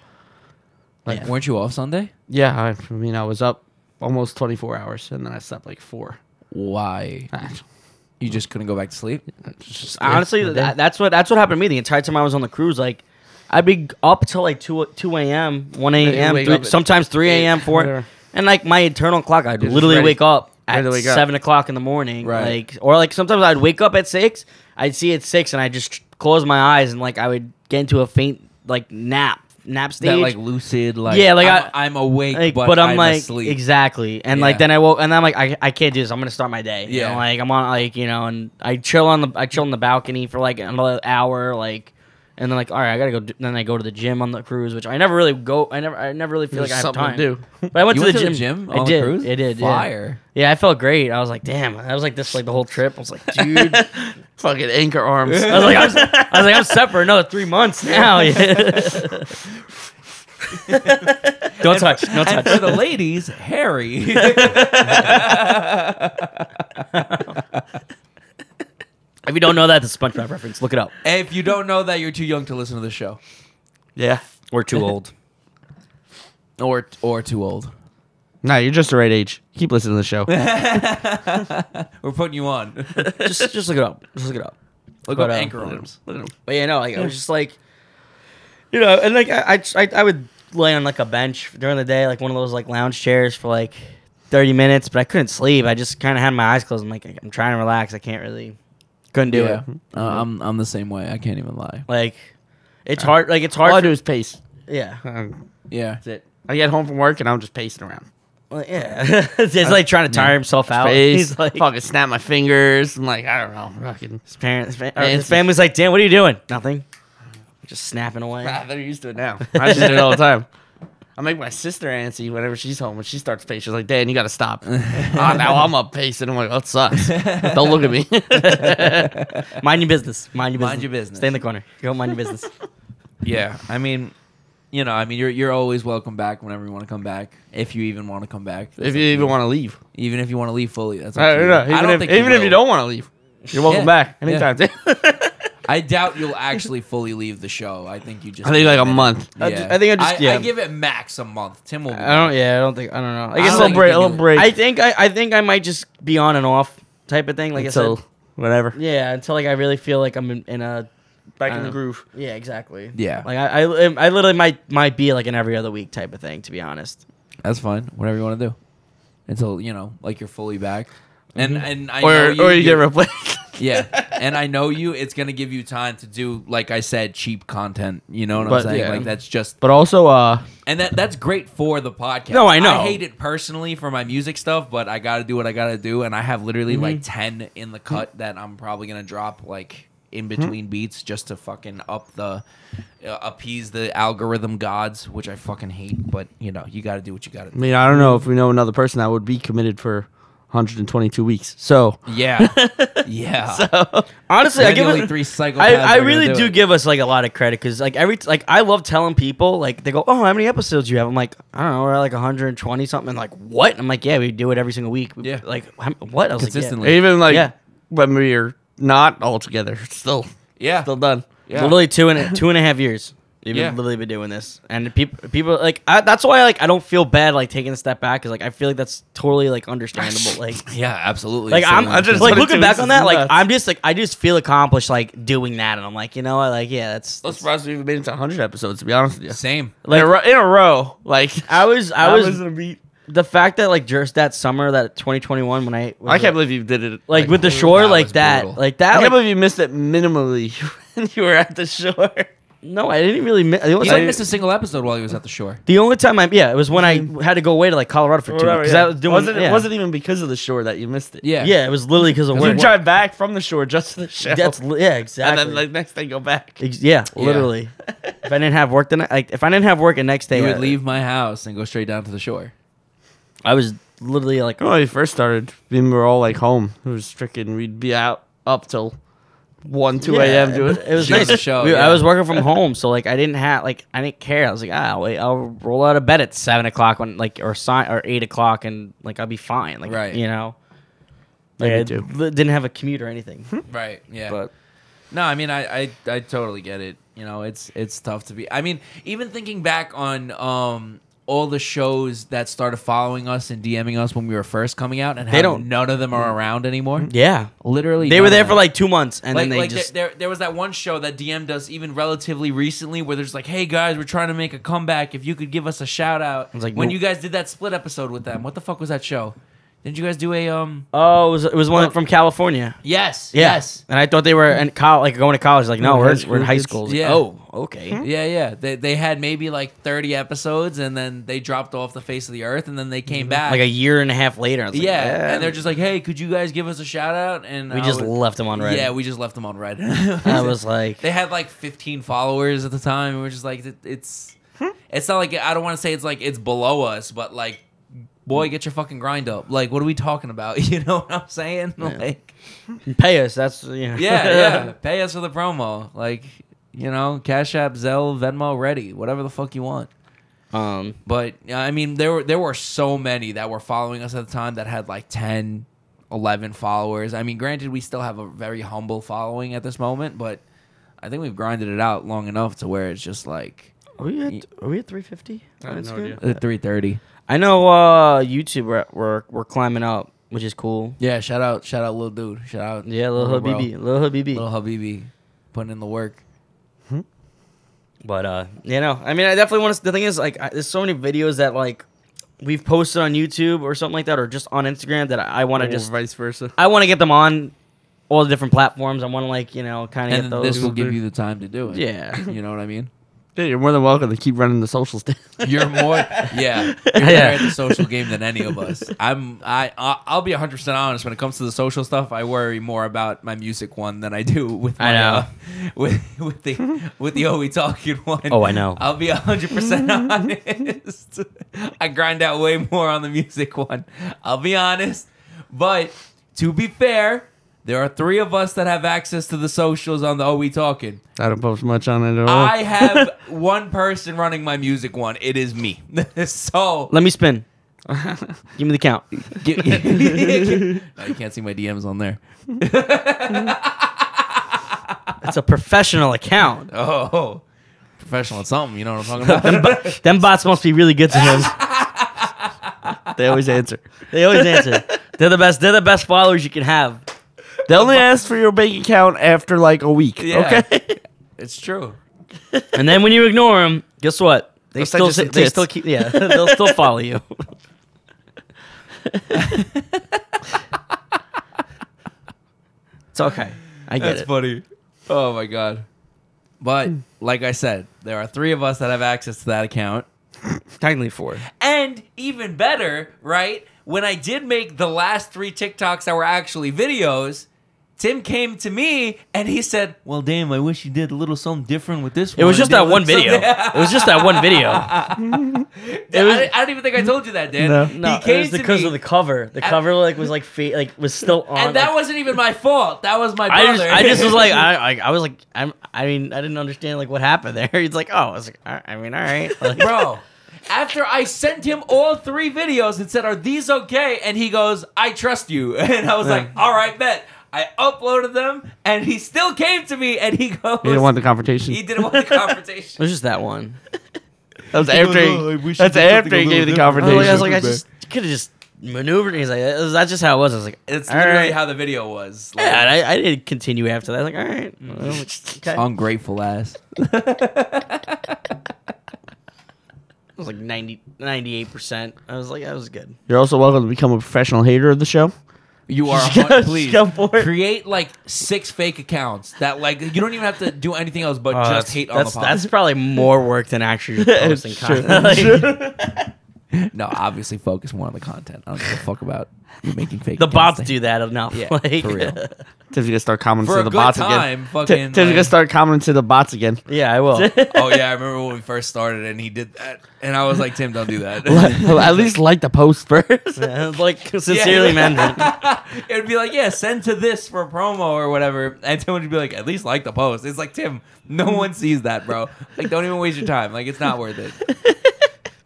Speaker 3: Like, weren't you off Sunday?
Speaker 4: Yeah, I, I mean, I was up almost twenty four hours, and then I slept like four.
Speaker 3: Why? You just couldn't go back to sleep?
Speaker 4: It's just-
Speaker 1: honestly,
Speaker 4: it's-
Speaker 1: that, that's what that's what happened to me the entire time I was on the cruise. Like, I'd be up till like two two a.m., one a.m.,
Speaker 4: wake
Speaker 1: three-
Speaker 4: up at
Speaker 1: sometimes three a.m.
Speaker 4: eight,
Speaker 1: four,
Speaker 4: whatever.
Speaker 1: and like my internal clock, I'd
Speaker 4: just
Speaker 1: literally
Speaker 4: ready-
Speaker 1: wake up
Speaker 4: ready
Speaker 1: at
Speaker 4: to wake up.
Speaker 1: seven o'clock in the morning,
Speaker 3: Right.
Speaker 1: Like, or like sometimes I'd wake up at six, I'd see at six, and I just close my eyes and like I would get into a faint like nap nap stage.
Speaker 3: That like lucid, like
Speaker 1: Yeah, like,
Speaker 3: I'm,
Speaker 1: I-
Speaker 3: am awake,
Speaker 1: Like,
Speaker 3: but,
Speaker 1: but, I'm
Speaker 3: I'm
Speaker 1: like
Speaker 3: asleep.
Speaker 1: exactly, and
Speaker 3: Yeah.
Speaker 1: like then I woke, and I'm like, I, I can't do this. I'm gonna start my day. You
Speaker 3: Yeah.
Speaker 1: know, like I'm on like you know, and I chill on the I chill on the balcony for like another hour, like, and then like all right, I gotta go. Do, then I go to the gym on the cruise, which I never really go. I never I never really feel like I
Speaker 4: There's
Speaker 1: have
Speaker 4: something
Speaker 1: time.
Speaker 4: to do.
Speaker 1: But I went,
Speaker 3: You
Speaker 1: to,
Speaker 3: went
Speaker 1: the
Speaker 3: to the
Speaker 1: gym.
Speaker 3: gym
Speaker 1: I
Speaker 3: on the
Speaker 1: did.
Speaker 3: cruise?
Speaker 1: It did. yeah.
Speaker 3: Fire.
Speaker 1: Yeah. I felt great. I was like, damn. I was like this like the whole trip. I was like, dude.
Speaker 4: fucking anchor arms.
Speaker 1: I was like, I was, I was like, I'm set for another three months now. Yeah. don't touch. Don't touch.
Speaker 3: And for the ladies, Harry.
Speaker 1: If you don't know that, the SpongeBob reference. Look it up.
Speaker 3: if you don't know that, you're too young to listen to the show,
Speaker 4: yeah.
Speaker 1: We're too old.
Speaker 3: or or too old.
Speaker 4: No, you're just the right age. Keep listening to the show.
Speaker 3: We're putting you on.
Speaker 1: just just look it up. Just look it up.
Speaker 3: Look
Speaker 1: But,
Speaker 3: up
Speaker 1: uh,
Speaker 3: anchor arms.
Speaker 1: But yeah, no, like I was just like, you know, and like I, I just- I I would lay on like a bench during the day, like one of those like lounge chairs for like thirty minutes, but I couldn't sleep. I just kind of had my eyes closed. I'm like, I'm trying to relax. I can't really. Couldn't do
Speaker 3: Yeah,
Speaker 1: it.
Speaker 3: Uh, I'm I'm the same way. I can't even lie.
Speaker 1: Like, it's hard. Like it's hard.
Speaker 4: All I
Speaker 1: for-
Speaker 4: do is pace.
Speaker 1: yeah.
Speaker 4: Um,
Speaker 3: Yeah,
Speaker 4: That's it. I get home from work and I'm just pacing around.
Speaker 1: Well, yeah. it's like trying to tire himself out.
Speaker 4: Pace.
Speaker 1: He's like,
Speaker 4: fucking snap my fingers. I'm like, I don't know. Fucking.
Speaker 1: His parents, his, fa- or
Speaker 4: Hey,
Speaker 1: his
Speaker 4: it's-
Speaker 1: family's like, Dan, what are you doing? Nothing. Just snapping away.
Speaker 4: Ah, they're used to it now. I just do it all the time. I make my sister antsy whenever she's home when she starts pacing. She's like, Dan, you got to stop. Ah, now I'm up pacing. I'm like, that sucks. Don't look at me.
Speaker 1: Mind your business. Mind your business.
Speaker 3: Mind your business.
Speaker 1: Stay in the corner. Go mind your business.
Speaker 3: yeah. I mean, you know, I mean, you're you're always welcome back whenever you want to come back, if you even want to come back.
Speaker 4: if you even want to leave.
Speaker 3: even if you want to leave fully, that's up to
Speaker 4: I don't
Speaker 3: you.
Speaker 4: know.
Speaker 3: I
Speaker 4: Uh, Even,
Speaker 3: don't
Speaker 4: if,
Speaker 3: think
Speaker 4: even if
Speaker 3: will.
Speaker 4: you don't want to leave, you're welcome
Speaker 3: Yeah.
Speaker 4: back
Speaker 3: Yeah.
Speaker 4: anytime.
Speaker 3: I doubt you'll actually fully leave the show. I think you just.
Speaker 4: I think like a month.
Speaker 3: Yeah.
Speaker 1: I ju- I think I just- yeah.
Speaker 3: give it max a month. Tim
Speaker 4: Uh,
Speaker 3: will. Be
Speaker 1: I don't. Yeah, I don't think. I don't know. I
Speaker 3: I
Speaker 1: guess
Speaker 3: don't
Speaker 4: a
Speaker 1: I'll
Speaker 4: little
Speaker 3: think
Speaker 1: break.
Speaker 4: break.
Speaker 3: you
Speaker 4: A
Speaker 3: can do
Speaker 4: little
Speaker 3: it.
Speaker 1: I think
Speaker 4: break.
Speaker 1: I, I think I might just be on and off type of thing. Like I
Speaker 4: so
Speaker 1: said,
Speaker 4: whatever. Uh,
Speaker 1: yeah, until like I really feel like I'm in, in a
Speaker 4: Back
Speaker 1: I
Speaker 4: in the
Speaker 1: know.
Speaker 4: groove.
Speaker 1: yeah, exactly.
Speaker 3: Yeah.
Speaker 1: Like I, I I literally might might be like an every other week type of thing. To be honest,
Speaker 3: That's fine. Whatever you want to do, until you know, like you're fully back. And and I know
Speaker 4: Mm-hmm. Or
Speaker 3: you,
Speaker 4: or you get
Speaker 3: you're-
Speaker 4: replaced.
Speaker 3: yeah, and I know you. It's gonna give you time to do, like I said, cheap content. You know what
Speaker 4: But,
Speaker 3: I'm saying?
Speaker 4: yeah.
Speaker 3: Like that's just,
Speaker 4: But also, uh,
Speaker 3: and that that's great for the podcast.
Speaker 1: No, I know.
Speaker 3: I hate it personally for my music stuff, but I got to do what I got to do, and I have literally like
Speaker 1: Mm-hmm.
Speaker 3: ten in the cut that I'm probably gonna drop like in
Speaker 1: Mm-hmm.
Speaker 3: between beats just to fucking up the uh, appease the algorithm gods, which I fucking hate. But you know, you got to do what you got to
Speaker 4: I
Speaker 3: do.
Speaker 4: mean, I don't know if we know another person that would be committed for 122 weeks. So
Speaker 3: Yeah, yeah.
Speaker 1: honestly, I
Speaker 3: There's
Speaker 1: give
Speaker 3: only
Speaker 1: it
Speaker 3: three psychopaths.
Speaker 1: I,
Speaker 3: that
Speaker 1: I
Speaker 3: are gonna
Speaker 1: really do,
Speaker 3: it.
Speaker 1: give us like a lot of credit because like every t- like I love telling people like they go oh how many episodes do you have I'm like I don't know we're at like 120 something and like what I'm like yeah we do it every single week We-
Speaker 3: Yeah.
Speaker 1: like how- what I was like, yeah.
Speaker 3: consistently.
Speaker 4: even like
Speaker 1: Yeah.
Speaker 4: when we are not all together, still
Speaker 3: yeah,
Speaker 4: still done.
Speaker 3: yeah.
Speaker 1: literally two and two and a half years you've
Speaker 3: Yeah.
Speaker 1: been literally been doing this and people people like I, that's why like I don't feel bad like taking a step back because like I feel like that's totally like understandable like
Speaker 3: Yeah, absolutely.
Speaker 1: like
Speaker 3: It's the
Speaker 1: I'm
Speaker 3: one
Speaker 1: just
Speaker 3: thing.
Speaker 1: like looking
Speaker 4: 22
Speaker 1: back on
Speaker 4: is
Speaker 1: that like
Speaker 4: nuts.
Speaker 1: I'm just like I just feel accomplished like doing that and I'm like you know what like yeah that's
Speaker 4: I'm surprised we even made it to 100 episodes. To be honest with you,
Speaker 3: same.
Speaker 4: like in a, ro- in a row, like
Speaker 1: I was I
Speaker 4: that
Speaker 1: was
Speaker 4: a beat.
Speaker 1: the fact that like just that summer that 2021 when I was
Speaker 4: I can't believe you did it.
Speaker 1: like, with the shore
Speaker 3: that
Speaker 1: like
Speaker 3: was
Speaker 1: that
Speaker 3: brutal.
Speaker 1: like
Speaker 4: I
Speaker 1: that
Speaker 4: can't
Speaker 1: like,
Speaker 4: believe you missed it minimally when you were at the shore.
Speaker 1: no I didn't really miss, it was
Speaker 3: He
Speaker 1: like
Speaker 3: didn't miss a single episode while he was at the shore.
Speaker 1: the only time I yeah it was when I had to go away to like Colorado for two
Speaker 4: Whatever,
Speaker 1: because
Speaker 4: yeah.
Speaker 1: I was doing
Speaker 4: wasn't,
Speaker 1: yeah.
Speaker 4: It wasn't even because of the shore that you missed it.
Speaker 3: Yeah,
Speaker 1: yeah it was literally because of
Speaker 4: you
Speaker 1: work
Speaker 4: drive back from the shore just to the show,
Speaker 1: that's li- yeah
Speaker 4: and
Speaker 1: exactly
Speaker 4: then like next day go back.
Speaker 1: Ex- yeah literally if I didn't have work the night like if I didn't have work the next day
Speaker 3: He
Speaker 1: I-
Speaker 3: would leave my house and go straight down to the shore.
Speaker 1: I was literally like
Speaker 4: When we first started, we were all like home. It was freaking. We'd be out up till one, two
Speaker 1: Yeah,
Speaker 4: a.m. doing.
Speaker 1: It was
Speaker 3: She was
Speaker 1: nice.
Speaker 3: a show,
Speaker 1: We-
Speaker 3: yeah.
Speaker 1: I was working from home, so like I didn't have like I didn't care. I was like, ah, wait, I'll roll out of bed at seven o'clock when like or si- or eight o'clock, and like I'll be fine. Like
Speaker 3: Right.
Speaker 1: you know,
Speaker 4: Maybe
Speaker 1: like, I
Speaker 4: too.
Speaker 1: li- didn't have a commute or anything.
Speaker 3: Hmm. Right. Yeah.
Speaker 1: But-
Speaker 3: no, I mean, I, I I totally get it. You know, it's it's tough to be. I mean, even thinking back on um all the shows that started following us and DMing us when we were first coming out, and how
Speaker 1: don't-
Speaker 3: none of them are around anymore.
Speaker 1: yeah,
Speaker 3: Literally,
Speaker 1: they were
Speaker 3: none
Speaker 1: there
Speaker 3: of
Speaker 1: for
Speaker 3: them.
Speaker 1: like two months, and
Speaker 3: Like,
Speaker 1: then they
Speaker 3: like
Speaker 1: just
Speaker 3: there, there, there was that one show that DM'd us even relatively recently where there's like, hey guys, we're trying to make a comeback. If you could give us a shout out.
Speaker 1: was like,
Speaker 3: when
Speaker 1: no-
Speaker 3: you guys did that split episode with them, what the fuck was that show? Didn't you guys do a um?
Speaker 1: oh, it was, it was one from California.
Speaker 3: Yes,
Speaker 1: Yeah.
Speaker 3: yes,
Speaker 1: and I thought they were in college, like going to college. Like no, we're, we're in high school. It's like,
Speaker 3: Yeah. Hmm.
Speaker 1: Oh, okay.
Speaker 3: yeah, yeah. They they had maybe like thirty episodes, and then they dropped off the face of the earth, and then they came back.
Speaker 1: Like a year and a half later, I was like,
Speaker 3: yeah,
Speaker 1: "Eh."
Speaker 3: and they're just like, hey, could you guys give us a shout out? And
Speaker 1: we
Speaker 3: I
Speaker 1: just
Speaker 3: was-
Speaker 1: left them on red.
Speaker 3: Yeah, we just left them on red.
Speaker 1: I was like,
Speaker 3: they had like 15 followers at the time and we're just like it- it's it's not like i don't want to say it's like it's below us but like boy get your fucking grind up like what are we talking about you know what i'm saying like
Speaker 1: pay us. That's you know.
Speaker 3: yeah yeah pay us for the promo like you know cash app zelle venmo ready whatever the fuck you want
Speaker 1: um,
Speaker 3: but yeah, i mean there were there were so many that were following us at the time that had like 10 11 followers i mean granted we still have a very humble following at this moment but i think we've grinded it out long enough to where it's just like
Speaker 1: Are we at are we at 350?
Speaker 4: I have no idea.
Speaker 3: uh, 330
Speaker 1: I know uh YouTube we're, we're we're climbing up, which is cool.
Speaker 3: yeah shout out shout out little dude shout out
Speaker 1: Yeah, little
Speaker 3: bro.
Speaker 1: Habibi, little Habibi.
Speaker 3: little habibi putting in the work
Speaker 1: But uh, you know, I mean, I definitely want to. The thing is, like, I, there's so many videos that like we've posted on YouTube or something like that, or just on Instagram that I, I want to
Speaker 4: Or
Speaker 1: just
Speaker 4: vice versa.
Speaker 1: I want to get them on all the different platforms. I want to like you know kind of get
Speaker 3: and
Speaker 1: those.
Speaker 3: this will give you the time to do it
Speaker 1: Yeah.
Speaker 3: you know what i mean
Speaker 4: Yeah, you're more than welcome to keep running the socials. down.
Speaker 3: You're more, yeah, you're better at the social game than any of us. I'm, I, I- I'll be 100 percent honest. When it comes to the social stuff, I worry more about my music one than I do with my,
Speaker 1: I know.
Speaker 3: uh, with with the with the oh we talking one.
Speaker 1: Oh, I know.
Speaker 3: I'll be 100 percent honest. I grind out way more on the music one. I'll be honest, but to be fair. There are three of us that have access to the socials on the Oh We Talking.
Speaker 4: I don't post much on it at all.
Speaker 3: I have one person running my music one. It is me. so
Speaker 1: Let me spin. give me the count.
Speaker 3: Gi- No, you can't see my DMs on there.
Speaker 1: That's a professional account.
Speaker 3: Oh, professional at something. You know what I'm talking about?
Speaker 1: Them bots must be really good to him.
Speaker 4: they always answer.
Speaker 1: They always answer. They're the best. They're the best followers you can have.
Speaker 4: They only ask for your bank account after like a week.
Speaker 3: Yeah.
Speaker 4: Okay.
Speaker 3: it's true.
Speaker 1: And then when you ignore them, guess what? They
Speaker 4: They'll send
Speaker 1: still
Speaker 4: you some
Speaker 1: they
Speaker 4: tits.
Speaker 1: still keep yeah they'll still follow you. it's okay. I get
Speaker 3: That's
Speaker 1: it.
Speaker 3: funny. Oh my god. But like I said, there are three of us that have access to that account.
Speaker 1: Technically four.
Speaker 3: And even better, right? When I did make the last three TikToks that were actually videos, Tim came to me and he said, "Well, damn, I wish you did a little something different with this
Speaker 1: It
Speaker 3: one."
Speaker 1: was just that one video.
Speaker 3: Something-
Speaker 1: It was just that one video.
Speaker 3: I,
Speaker 1: was-
Speaker 3: I don't even think I told you that, Dan.
Speaker 4: No.
Speaker 1: No,
Speaker 3: he came
Speaker 1: it was
Speaker 3: to
Speaker 1: because
Speaker 3: me,
Speaker 1: of the cover. The cover like was like fa- like was still on.
Speaker 3: and that
Speaker 1: like-
Speaker 3: wasn't even my fault. That was my
Speaker 1: I
Speaker 3: brother.
Speaker 1: just, I just was like, I, I, I was like, I'm, I mean, I didn't understand like what happened there. He's like, oh, I was like, all- I mean, all right, Like-
Speaker 3: bro. After I sent him all three videos and said, "Are these okay?" and he goes, "I trust you," and I was like, "All right, bet." I uploaded them, and he still came to me, and he goes,
Speaker 4: You didn't want the confrontation.
Speaker 3: He didn't want the
Speaker 1: It
Speaker 3: confrontation.
Speaker 1: was just that one.
Speaker 4: That was after.
Speaker 2: "Oh, I
Speaker 4: he-
Speaker 2: wish
Speaker 4: That's
Speaker 2: you did
Speaker 4: after he
Speaker 2: something a
Speaker 4: gave the
Speaker 2: little
Speaker 1: I was
Speaker 3: Oh,
Speaker 4: confrontation.
Speaker 1: like, Oh, I, was like, I just could have just maneuvered. He's like, that's just how it was. I was like,
Speaker 3: It's
Speaker 1: all
Speaker 3: literally
Speaker 1: right.
Speaker 3: how the video was. Like,
Speaker 1: Yeah, and I, I didn't continue after that. I was like, all right, well, okay. I
Speaker 3: ungrateful ass.
Speaker 1: was like 90, 98 percent. I was like, that was good.
Speaker 4: You're also welcome to become a professional hater of the show.
Speaker 3: You are
Speaker 4: Just go-
Speaker 3: hot,
Speaker 4: just
Speaker 3: please
Speaker 4: go for it.
Speaker 3: create like six fake accounts that like you don't even have to do anything else but just hate on
Speaker 1: Oh, that's,
Speaker 3: the
Speaker 1: that's
Speaker 3: podcast. Oh,
Speaker 1: probably more work than actually just posting
Speaker 4: Sure.
Speaker 1: content. Like,
Speaker 3: No, obviously focus more on the content. I don't give a fuck about you making fake.
Speaker 1: The
Speaker 3: accounts
Speaker 1: bots
Speaker 3: to-
Speaker 1: do that enough.
Speaker 3: Yeah,
Speaker 1: like,
Speaker 3: for real.
Speaker 4: Tim's gonna start commenting
Speaker 3: For
Speaker 4: to
Speaker 3: a
Speaker 4: the
Speaker 3: good
Speaker 4: bots
Speaker 3: time,
Speaker 4: again.
Speaker 3: fucking,
Speaker 4: Tim- Tim's
Speaker 3: like-
Speaker 4: gonna start commenting to the bots again.
Speaker 1: yeah, I will.
Speaker 3: Oh yeah, I remember when we first started and he did that, and I was like, Tim, don't do that.
Speaker 4: At least like the post first.
Speaker 1: like sincerely, man.
Speaker 3: it would be like, yeah, send to this for promo or whatever. And Tim would be like, at least like the post. It's like, Tim, no one sees that, bro. Like, don't even waste your time. Like, it's not worth it.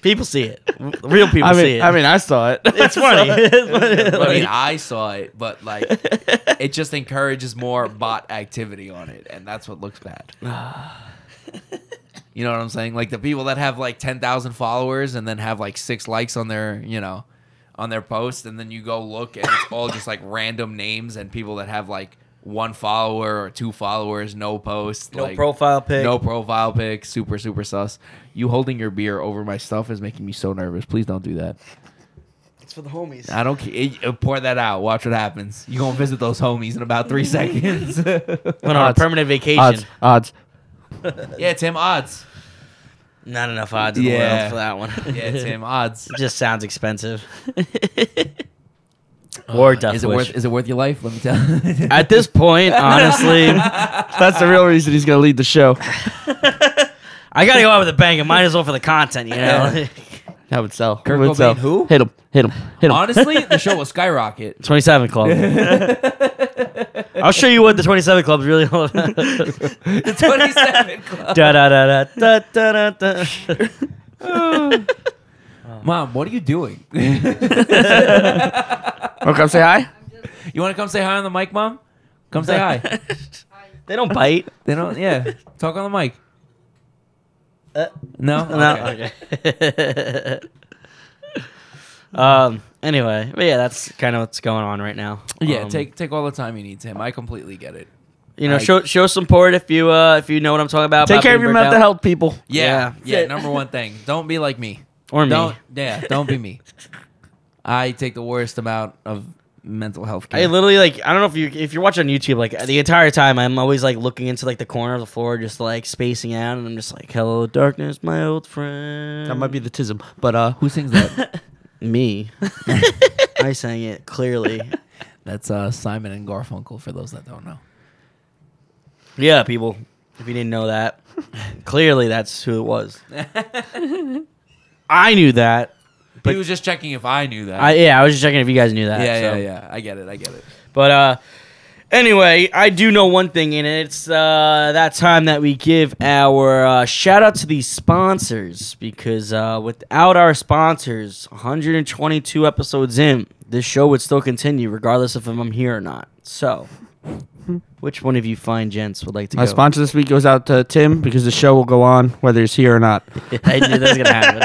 Speaker 1: People see it. Real people
Speaker 4: I
Speaker 1: see
Speaker 4: mean,
Speaker 1: it.
Speaker 4: I mean, I saw it.
Speaker 1: it's funny.
Speaker 3: I mean, I saw it, but like, it just encourages more bot activity on it, and that's what looks bad. you know what I'm saying? Like the people that have like 10,000 followers and then have like six likes on their, you know, on their post, and then you go look and it's all just like random names and people that have like one follower or two followers, no post,
Speaker 1: no
Speaker 3: like,
Speaker 1: profile pic.
Speaker 3: No profile pic, super super sus. You holding your beer over my stuff is making me so nervous. Please don't do that.
Speaker 1: It's for the homies.
Speaker 3: I don't care. Pour that out. Watch what happens. You gonna visit those homies in about three seconds.
Speaker 1: Went on a permanent vacation.
Speaker 4: odds, odds.
Speaker 3: yeah, Tim odds.
Speaker 1: Not enough odds in the
Speaker 3: Yeah.
Speaker 1: world for that one.
Speaker 3: Yeah, Tim odds.
Speaker 1: It just sounds expensive. or death
Speaker 3: Uh, is it
Speaker 1: wish.
Speaker 3: worth? Is it worth your life? Let me tell. you.
Speaker 1: At this point, honestly,
Speaker 4: That's the real reason he's gonna lead the show.
Speaker 1: I gotta go out with a bang. It might as well for the content, you know.
Speaker 4: That would sell.
Speaker 3: Kurt
Speaker 4: Would
Speaker 3: Cobain
Speaker 4: sell.
Speaker 3: who?
Speaker 4: Hit him. Hit him. Hit him.
Speaker 3: Honestly, the show will skyrocket.
Speaker 1: Twenty-seven Club. I'll show you what the Twenty-seven Club's really all about.
Speaker 3: Twenty-seven Club.
Speaker 1: da da da da da da da.
Speaker 3: Mom, what are you doing?
Speaker 4: Wanna come say hi?
Speaker 3: You want to come say hi on the mic, Mom? Come say hi.
Speaker 1: They don't bite.
Speaker 3: They don't. Yeah, talk on the mic.
Speaker 1: Uh,
Speaker 3: no,
Speaker 1: No. Okay. um. Anyway, but yeah, that's kind of what's going on right now.
Speaker 3: Yeah,
Speaker 1: Um,
Speaker 3: take take all the time you need, Tim. I completely get it.
Speaker 1: you know
Speaker 3: I-
Speaker 1: show show support if you uh if you know what I'm talking about.
Speaker 4: Take
Speaker 1: about
Speaker 4: care of
Speaker 1: being
Speaker 4: your
Speaker 1: burnt
Speaker 4: mental
Speaker 1: out.
Speaker 4: health, people.
Speaker 3: Yeah,
Speaker 1: Yeah.
Speaker 3: yeah. number one thing, don't be like me.
Speaker 1: or me.
Speaker 3: Don't yeah, don't be me. I take the worst amount of mental health care.
Speaker 1: I literally like I don't know if you if you're watching on YouTube like the entire time I'm always like looking into like the corner of the floor just like spacing out and I'm just like hello darkness my old friend
Speaker 4: That might be the tism, but uh,
Speaker 3: Who sings that?
Speaker 1: me I sang it clearly
Speaker 3: That's uh, Simon and Garfunkel. For those that don't know,
Speaker 1: yeah people if you didn't know that clearly that's who it was I knew that
Speaker 3: he was just checking if I knew that.
Speaker 1: I yeah I was just checking if you guys knew that
Speaker 3: yeah, yeah,
Speaker 1: so.
Speaker 3: yeah. I get it. I get it.
Speaker 1: But uh anyway, I do know one thing, and it's uh that time that we give our uh, shout out to these sponsors because uh without our sponsors, 122 episodes in, this show would still continue regardless if I'm here or not. So which one of you fine gents would like to
Speaker 4: my
Speaker 1: go?
Speaker 4: sponsor this week goes out to Tim because the show will go on whether he's here or not.
Speaker 1: I knew that was gonna happen.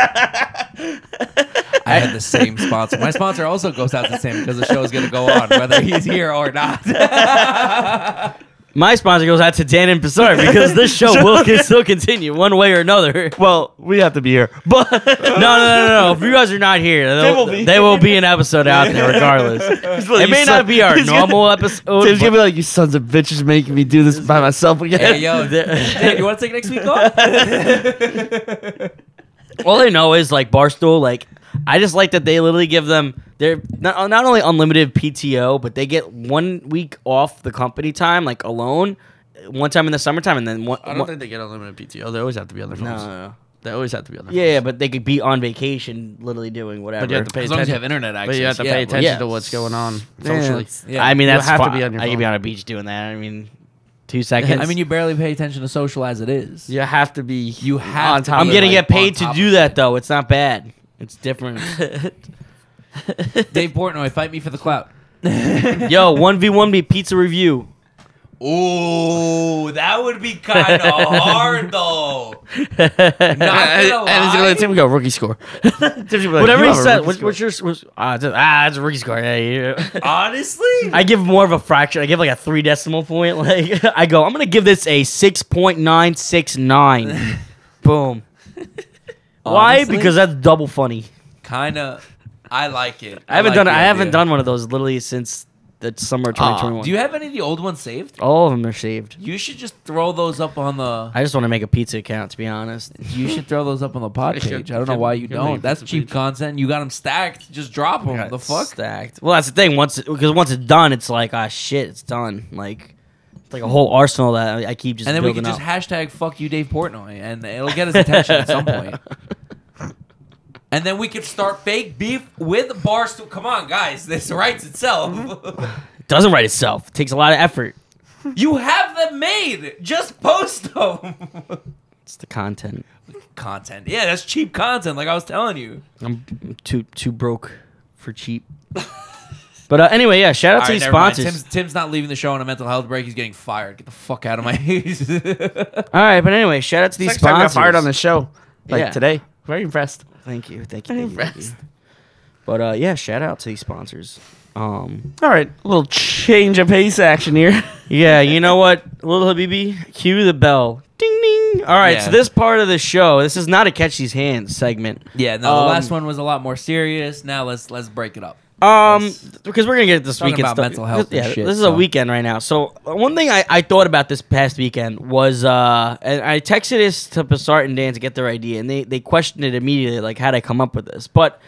Speaker 3: I had the same sponsor. My sponsor also goes out to Tim because the show is going to go on whether he's here or not.
Speaker 1: My sponsor goes out to Dan and Bizarre because this show will con- still continue one way or another.
Speaker 4: Well, we have to be here, but
Speaker 1: No, no, no, no, no. If you guys are not here, they will
Speaker 4: will
Speaker 1: be.
Speaker 4: be.
Speaker 1: an episode out there regardless.
Speaker 4: it
Speaker 1: It may not be our normal episode.
Speaker 4: Tim's gonna
Speaker 1: but-
Speaker 4: be like, "You sons of bitches, making me do this by myself again."
Speaker 3: hey, yo, Tim, you want to take next week off?
Speaker 1: all I know is like Barstool. Like I just like that they literally give them they're not, not only unlimited PTO, but they get one week off the company time, like alone, one time in the summertime, and then one. one-
Speaker 4: they get unlimited PTO. They always have to be on their
Speaker 1: no, no, no.
Speaker 4: They always have to be on their
Speaker 1: Yeah, yeah, but they could be on vacation, literally doing whatever.
Speaker 4: you have to pay
Speaker 3: As long as you
Speaker 4: attention.
Speaker 3: have internet access.
Speaker 4: But you have to
Speaker 3: yeah,
Speaker 4: pay
Speaker 3: well,
Speaker 4: attention
Speaker 1: yeah.
Speaker 4: to what's going on
Speaker 1: Yeah,
Speaker 4: socially.
Speaker 1: it's-
Speaker 3: Yeah.
Speaker 1: I mean,
Speaker 4: You
Speaker 1: that's
Speaker 4: have to
Speaker 1: fine.
Speaker 4: be on your
Speaker 1: I could be
Speaker 4: phone.
Speaker 1: on a beach doing that. I mean, two seconds.
Speaker 3: I mean, you barely pay attention to social as it is.
Speaker 4: You have to be.
Speaker 3: You have
Speaker 4: on
Speaker 3: to
Speaker 4: top.
Speaker 1: I'm
Speaker 4: of
Speaker 3: be,
Speaker 4: it.
Speaker 1: gonna
Speaker 3: like,
Speaker 1: get
Speaker 3: on
Speaker 1: paid to
Speaker 3: top
Speaker 1: do
Speaker 3: of
Speaker 1: that though. It's not bad. It's different.
Speaker 3: Dave Portnoy, fight me for the clout.
Speaker 1: Yo, one v one b pizza review.
Speaker 3: Ooh, that would be kind of hard though. Not gonna
Speaker 4: and he's gonna
Speaker 3: lie.
Speaker 4: let Tim go rookie score. Tim's gonna be like,
Speaker 1: Whatever
Speaker 4: "You
Speaker 1: he
Speaker 4: have a
Speaker 1: said.
Speaker 4: rookie
Speaker 1: What,
Speaker 4: score."
Speaker 1: what's your what's, ah? It's a, ah, it's a rookie score. Yeah, yeah.
Speaker 3: Honestly,
Speaker 1: I give more of a fraction. I give like a three decimal point. Like I go, I'm gonna give this a six point nine six nine. Boom. Why?
Speaker 3: Honestly?
Speaker 1: Because that's double funny.
Speaker 3: kind of. I like it.
Speaker 1: I haven't
Speaker 3: like
Speaker 1: done.
Speaker 3: the
Speaker 1: I haven't
Speaker 3: idea. Ah,
Speaker 1: done one of those literally since the summer of 2021.
Speaker 3: Do you have any of the old ones saved?
Speaker 1: All of them are saved.
Speaker 3: You should just throw those up on the.
Speaker 1: I just want to make a pizza account, to be honest.
Speaker 3: You should throw those up on the pod
Speaker 4: I should-
Speaker 3: page. I don't know
Speaker 4: should-
Speaker 3: why you
Speaker 4: should
Speaker 3: don't.
Speaker 4: make
Speaker 3: That's
Speaker 4: the
Speaker 3: cheap
Speaker 4: page.
Speaker 3: content. You got them stacked. Just drop them. The
Speaker 1: It's
Speaker 3: fuck?
Speaker 1: stacked. Well, that's the thing. Once because once it's done, it's like ah shit, it's done. Like it's like a whole arsenal that I I keep just
Speaker 3: And then we
Speaker 1: building
Speaker 3: can
Speaker 1: up.
Speaker 3: just hashtag fuck you, Dave Portnoy, and it'll get his attention at some point. And then we can start fake beef with Barstool. Come on, guys, this writes itself.
Speaker 1: It doesn't write itself. It takes a lot of effort.
Speaker 3: you have them made. Just post them.
Speaker 1: It's the content.
Speaker 3: content. Yeah, that's cheap content, like I was telling you.
Speaker 1: I'm too too broke for cheap. but uh, anyway, yeah. Shout out to
Speaker 3: All right,
Speaker 1: these
Speaker 3: never mind.
Speaker 1: sponsors.
Speaker 3: Tim's, Tim's not leaving the show on a mental health break. He's getting fired. Get the fuck out of my face.
Speaker 1: All right, but anyway, shout out to these
Speaker 5: Next time I
Speaker 1: sponsors.
Speaker 5: got fired on the show, like
Speaker 1: Yeah.
Speaker 5: today. Very impressed.
Speaker 1: Thank you, thank you, thank you. Thank you. But uh, yeah, shout out to these sponsors. Um,
Speaker 5: All right, a little change of pace action here.
Speaker 1: yeah, you know what, little Habibi, cue the bell. Ding ding. All right, so
Speaker 3: Yeah.
Speaker 1: this part of the show, this is not a catch these hands segment.
Speaker 3: yeah, no,
Speaker 1: Um,
Speaker 3: the last one was a lot more serious. Now let's let's break it up.
Speaker 1: Um,
Speaker 3: Yes.
Speaker 1: because we're gonna get this
Speaker 3: Talking
Speaker 1: weekend
Speaker 3: about
Speaker 1: stuff.
Speaker 3: mental health and
Speaker 1: yeah,
Speaker 3: shit,
Speaker 1: this is a
Speaker 3: so.
Speaker 1: weekend right now. So uh, one thing I, I thought about this past weekend was, uh, and I texted this to Passart and Dan to get their idea, and they they questioned it immediately, like how'd I come up with this? But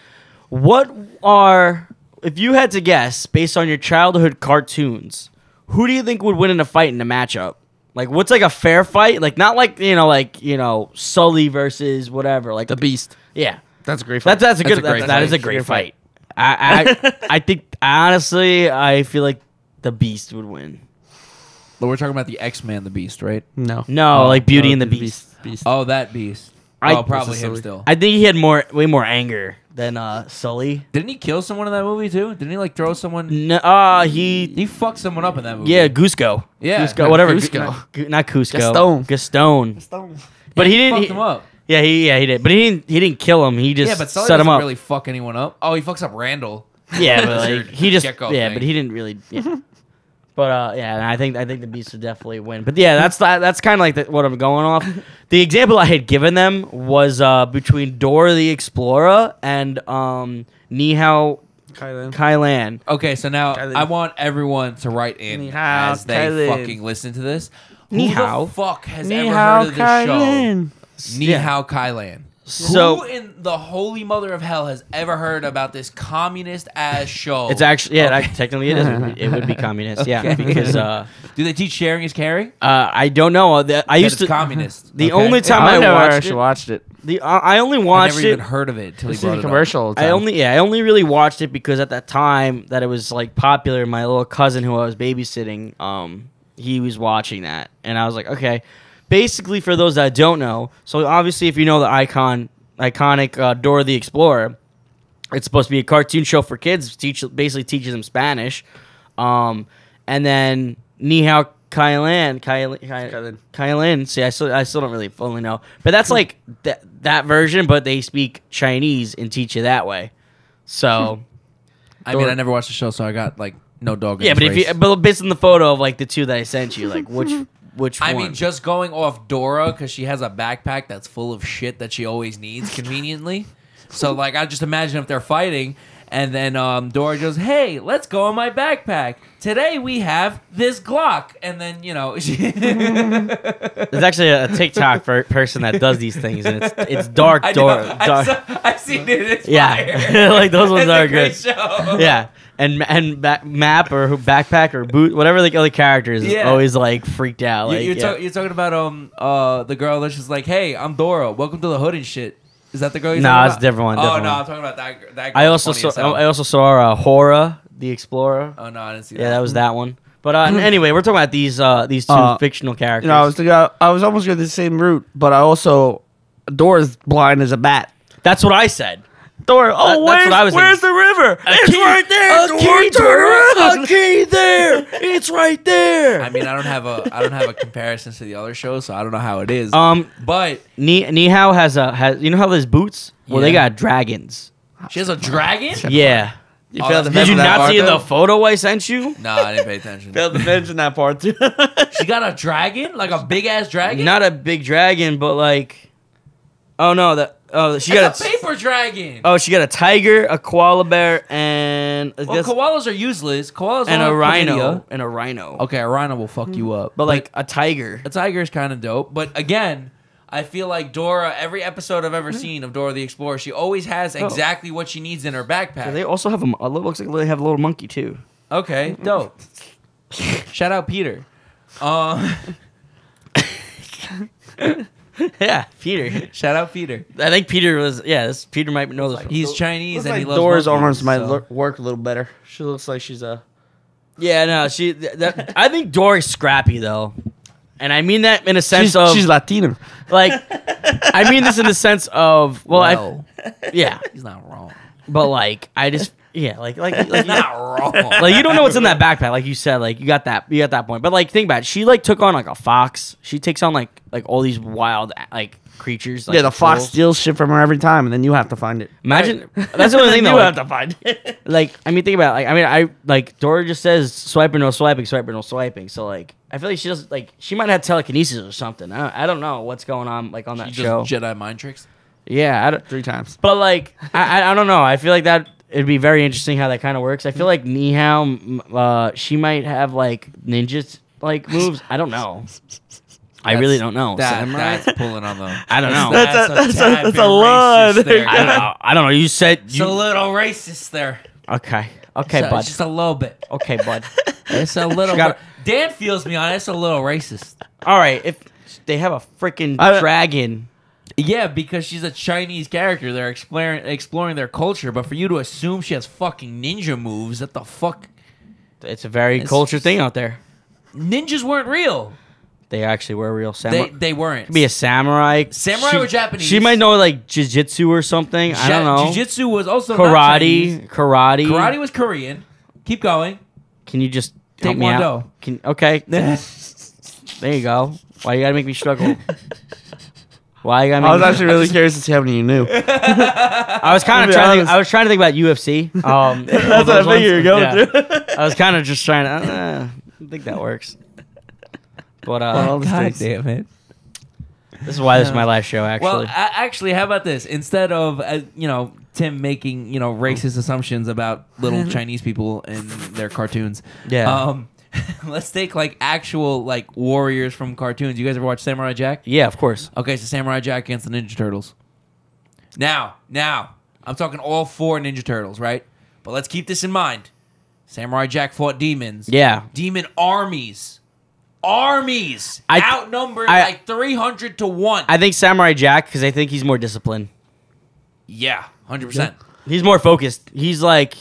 Speaker 1: what are if you had to guess based on your childhood cartoons, who do you think would win in a fight in a matchup? Like what's like a fair fight? Like not like you know like you know Sully versus whatever. Like
Speaker 4: The Beast.
Speaker 1: yeah.
Speaker 4: That's a great fight.
Speaker 1: That's that's a good. That's
Speaker 4: great
Speaker 1: that
Speaker 4: fight.
Speaker 1: is a great fight. I, I I think honestly, I feel like the Beast would win.
Speaker 3: But we're talking about the X Man, the Beast, right?
Speaker 4: No.
Speaker 1: Oh, No, like Beauty
Speaker 4: No,
Speaker 1: and the
Speaker 4: it's
Speaker 1: Beast.
Speaker 4: Beast. Beast.
Speaker 3: Oh, that Beast.
Speaker 1: I-
Speaker 3: oh, probably
Speaker 4: This is
Speaker 3: him
Speaker 4: silly.
Speaker 3: still.
Speaker 1: I think he had more, way more anger than uh, Sully.
Speaker 3: Didn't he kill someone in that movie too? Didn't he like throw someone?
Speaker 1: No, uh, he
Speaker 3: He fucked someone up in that movie.
Speaker 1: yeah, Gusco.
Speaker 3: Yeah.
Speaker 1: Gusco, whatever.
Speaker 4: Cusco.
Speaker 1: Not, Gu- not Cusco.
Speaker 4: Gaston.
Speaker 1: Gaston. But he didn't.
Speaker 3: fucked
Speaker 1: he-
Speaker 3: him up.
Speaker 1: Yeah, he yeah he did. But he didn't he didn't kill him. He just
Speaker 3: Yeah, but Sully
Speaker 1: set
Speaker 3: doesn't
Speaker 1: him up.
Speaker 3: really fuck anyone up. Oh, he fucks up Randall.
Speaker 1: yeah, but like,
Speaker 3: Lizard
Speaker 1: he just yeah,
Speaker 3: gecko thing.
Speaker 1: but he didn't really. Yeah. but uh, yeah, and I think I think the Beast would definitely win. But yeah, that's the, that's kind of like the, what I'm going off. The example I had given them was uh, between Dora the Explorer and um, Nihao
Speaker 5: Kylan.
Speaker 1: Kailan.
Speaker 3: Okay, so now
Speaker 5: Kylan.
Speaker 3: I want everyone to write in
Speaker 5: Ni hao,
Speaker 3: as they
Speaker 5: Kylan.
Speaker 3: fucking listen to this.
Speaker 1: Ni
Speaker 3: Who
Speaker 1: hao.
Speaker 3: the fuck has
Speaker 5: Ni
Speaker 3: ever
Speaker 5: hao
Speaker 3: heard of this
Speaker 5: Kylan.
Speaker 3: show? Ni hao Kylan.
Speaker 1: So
Speaker 3: Who in the holy mother of hell has ever heard about this communist ass show?
Speaker 1: it's actually yeah, that- technically it is. It would be- It would be communist, yeah, because uh,
Speaker 3: Do they teach sharing is caring?
Speaker 1: uh, I don't know. uh, the- I
Speaker 3: That
Speaker 1: used
Speaker 3: it's
Speaker 1: to
Speaker 3: communist.
Speaker 1: the
Speaker 3: Okay.
Speaker 1: only time I,
Speaker 5: I never
Speaker 1: watched
Speaker 5: actually
Speaker 1: it,
Speaker 5: watched it.
Speaker 1: the uh, I only
Speaker 3: I
Speaker 1: watched
Speaker 3: never
Speaker 1: it
Speaker 3: even heard of it till he
Speaker 4: This is
Speaker 3: brought
Speaker 4: a
Speaker 3: it up.
Speaker 4: commercial. all the
Speaker 1: I
Speaker 4: time.
Speaker 1: only yeah, I only really watched it because at that time that it was like popular. My little cousin who I was babysitting, um, he was watching that, and I was like, okay. Basically, for those that don't know, so obviously if you know the icon, iconic uh, Dora the Explorer, it's supposed to be a cartoon show for kids. Teach basically teaches them Spanish, um, and then Nihao Kailan, Kailan, Kailan,
Speaker 5: Kailan.
Speaker 1: Kailan. See, I still I still don't really fully know, but that's like that that version. But they speak Chinese and teach you that way. So
Speaker 3: I mean, I never watched the show, so I got like no dog. in
Speaker 1: yeah,
Speaker 3: this
Speaker 1: but if
Speaker 3: race.
Speaker 1: you but based on the photo of like the two that I sent you, like which which
Speaker 3: I
Speaker 1: one?
Speaker 3: mean, just going off Dora because she has a backpack that's full of shit that she always needs conveniently. so like, I just imagine if they're fighting, and then um, Dora goes, "Hey, let's go in my backpack. Today we have this Glock," and then you know, she
Speaker 1: There's actually a, TikTok for, person that does these things, and it's it's dark
Speaker 3: I, know,
Speaker 1: Dora.
Speaker 3: I,
Speaker 1: dark-
Speaker 3: saw, I seen it. It's
Speaker 1: yeah,
Speaker 3: fire.
Speaker 1: like those ones
Speaker 3: It's
Speaker 1: are
Speaker 3: a great
Speaker 1: good.
Speaker 3: show.
Speaker 1: yeah, and and back, map or who- backpack or boot, whatever the other character is, is
Speaker 3: Yeah.
Speaker 1: always like freaked out.
Speaker 3: You-
Speaker 1: Like,
Speaker 3: you're,
Speaker 1: yeah.
Speaker 3: talk- you're talking about um uh the girl that's just like, hey, I'm Dora. Welcome to the hood and shit. Is that the girl? you're
Speaker 1: Nah,
Speaker 3: talking
Speaker 1: it's
Speaker 3: about?
Speaker 1: different one,
Speaker 3: Oh
Speaker 1: different
Speaker 3: no,
Speaker 1: one.
Speaker 3: I'm talking about that. gir- that
Speaker 1: I
Speaker 3: girl's
Speaker 1: also
Speaker 3: funny
Speaker 1: saw
Speaker 3: as hell.
Speaker 1: I also saw uh, Hora the Explorer.
Speaker 3: oh no, I didn't see that.
Speaker 1: Yeah, that was that one. But uh, anyway, we're talking about these uh, these two
Speaker 5: Uh,
Speaker 1: fictional characters.
Speaker 5: You know, I was thinking, I was almost going the same route, but I also Dora's blind as a bat.
Speaker 1: That's what I said.
Speaker 5: Dora, oh,
Speaker 1: that's
Speaker 5: where's,
Speaker 1: what I was
Speaker 5: where's the river? it's
Speaker 1: key-
Speaker 5: right there.
Speaker 1: a
Speaker 5: Dora,
Speaker 1: key,
Speaker 5: turn
Speaker 1: Dora,
Speaker 5: around. there. It's right there.
Speaker 3: I mean, I don't have a I don't have a comparison to the other show, so I don't know how it is.
Speaker 1: Um,
Speaker 3: but
Speaker 1: Ni- Nihao has a has you know how those boots? Well, they
Speaker 3: Yeah.
Speaker 1: got dragons.
Speaker 3: she has a dragon.
Speaker 1: Yeah.
Speaker 5: you
Speaker 3: Oh,
Speaker 5: failed
Speaker 3: that's-
Speaker 5: to mention
Speaker 1: Did you
Speaker 3: Did
Speaker 5: that
Speaker 1: not
Speaker 5: part,
Speaker 1: see
Speaker 5: though.
Speaker 1: the photo I sent you?
Speaker 3: Nah, I didn't pay attention.
Speaker 5: Failed to mention that part too.
Speaker 3: She got a dragon, like a big ass dragon.
Speaker 1: Not a big dragon, but like, oh no, that oh she got
Speaker 3: It's a paper dragon.
Speaker 1: Oh, she got a tiger, a koala bear, and and
Speaker 3: Well,
Speaker 1: that's-
Speaker 3: koalas are useless. Koalas
Speaker 1: and
Speaker 3: are
Speaker 1: a
Speaker 3: on
Speaker 1: rhino Hmm.
Speaker 3: chlamydia.
Speaker 1: and a rhino.
Speaker 3: Okay, a rhino will fuck you up.
Speaker 1: But like a tiger.
Speaker 3: a tiger is kind of dope. But again, I feel like Dora. Every episode I've
Speaker 1: Mm-hmm.
Speaker 3: ever seen of Dora the Explorer, she always has exactly what she needs in her backpack.
Speaker 1: Oh. They also have a. uh, It looks like they have a little monkey too.
Speaker 3: Okay, dope. Shout out Peter. Uh,
Speaker 1: yeah, Peter.
Speaker 3: shout out Peter.
Speaker 1: I think Peter was. Yeah, this, Peter might know this. one.
Speaker 3: He's Chinese
Speaker 5: Looks
Speaker 3: and he
Speaker 5: like
Speaker 3: loves
Speaker 5: Dora's
Speaker 3: monkeys,
Speaker 5: arms might
Speaker 3: so-
Speaker 5: look, work a little better. She looks like she's a.
Speaker 1: Yeah, no, she. th- That, I think Dory's scrappy though, and I mean that in a sense
Speaker 5: She's,
Speaker 1: of
Speaker 5: she's Latina.
Speaker 1: like. I mean this in the sense of well,
Speaker 3: Well,
Speaker 1: I, yeah,
Speaker 3: he's not wrong.
Speaker 1: but like I just yeah, like like like,
Speaker 3: Not wrong.
Speaker 1: like you don't know what's in that backpack, like you said, like you got that you got that point. But like think about it, she like took on like a fox. She takes on like like all these wild like creatures. Like,
Speaker 5: yeah, the fox
Speaker 1: wolves.
Speaker 5: steals shit from her every time, and then you have to find it.
Speaker 1: Imagine that's the only thing
Speaker 5: you
Speaker 1: though. Like,
Speaker 5: have to find it.
Speaker 1: like I mean, think about it. like I mean I like Dora just says swiping no swiping swiping no swiping. So like I feel like she does like she might have telekinesis or something. I don't, I don't know what's going on like on that
Speaker 3: Just
Speaker 1: show.
Speaker 3: Jedi mind tricks.
Speaker 1: yeah, I don't,
Speaker 5: Three times.
Speaker 1: but like I, I I don't know. I feel like that it'd be very interesting how that kind of works. I feel like Nihao, m- uh, she might have like ninjas like moves. I don't know. I really don't know.
Speaker 3: That,
Speaker 1: Samurai?
Speaker 3: That's pulling on the.
Speaker 1: I don't know.
Speaker 5: That's a- that's a- that's a line.
Speaker 1: I don't know. I don't know. You said
Speaker 3: It's
Speaker 1: you
Speaker 3: a little racist there.
Speaker 1: okay. Okay,
Speaker 3: So,
Speaker 1: bud.
Speaker 3: Just a little bit.
Speaker 1: Okay, bud.
Speaker 3: It's a little.
Speaker 1: got-
Speaker 3: Dan feels me on. it. It's a little racist.
Speaker 1: All right. If they have a freaking
Speaker 5: I-
Speaker 1: dragon.
Speaker 3: Yeah, because she's a Chinese character. They're exploring exploring their culture, but for you to assume she has fucking ninja moves, that the fuck
Speaker 1: It's a very
Speaker 3: It's
Speaker 1: culture
Speaker 3: just-
Speaker 1: thing out there.
Speaker 3: ninjas weren't real.
Speaker 1: They actually were real samurai.
Speaker 3: They they weren't.
Speaker 1: could be a samurai.
Speaker 3: Samurai
Speaker 1: She-
Speaker 3: were Japanese.
Speaker 1: She might know like jujitsu or something. I don't know.
Speaker 3: Jiu-jitsu was also not Chinese.
Speaker 1: karate, karate,
Speaker 3: Karate was Korean. Keep going.
Speaker 1: Can you just help
Speaker 3: Taekwondo.
Speaker 1: me out? Can okay? there you go. Why you gotta make me struggle? Why you gotta? Make
Speaker 5: I was
Speaker 1: me
Speaker 5: actually really curious to see how many you knew. That's
Speaker 1: I was kind
Speaker 5: I'll
Speaker 1: of
Speaker 5: be
Speaker 1: trying. To think,
Speaker 5: honest.
Speaker 1: I was trying to think about UFC. Um, all
Speaker 5: what I
Speaker 1: those ones.
Speaker 5: figured you were going
Speaker 1: Yeah.
Speaker 5: through.
Speaker 1: I was kind of just trying to. Uh, I think that works. But uh,
Speaker 5: Well, God
Speaker 3: damn it.
Speaker 1: this is why this is my last show. Actually,
Speaker 3: Well, a- actually, how about this? Instead of uh, you know Tim making you know racist assumptions about little Chinese people and their cartoons,
Speaker 1: Yeah.
Speaker 3: Um, let's take like actual like warriors from cartoons. You guys ever watch Samurai Jack?
Speaker 1: yeah, of course.
Speaker 3: Okay, so Samurai Jack against the Ninja Turtles. Now, now, I'm talking all four Ninja Turtles, right? But let's keep this in mind. Samurai Jack fought demons.
Speaker 1: Yeah.
Speaker 3: Demon armies. Armies
Speaker 1: I-
Speaker 3: outnumbered
Speaker 1: I-
Speaker 3: like 300 to 1.
Speaker 1: I think Samurai Jack because I think he's more disciplined.
Speaker 3: yeah, 100%.
Speaker 1: He's more focused. He's like,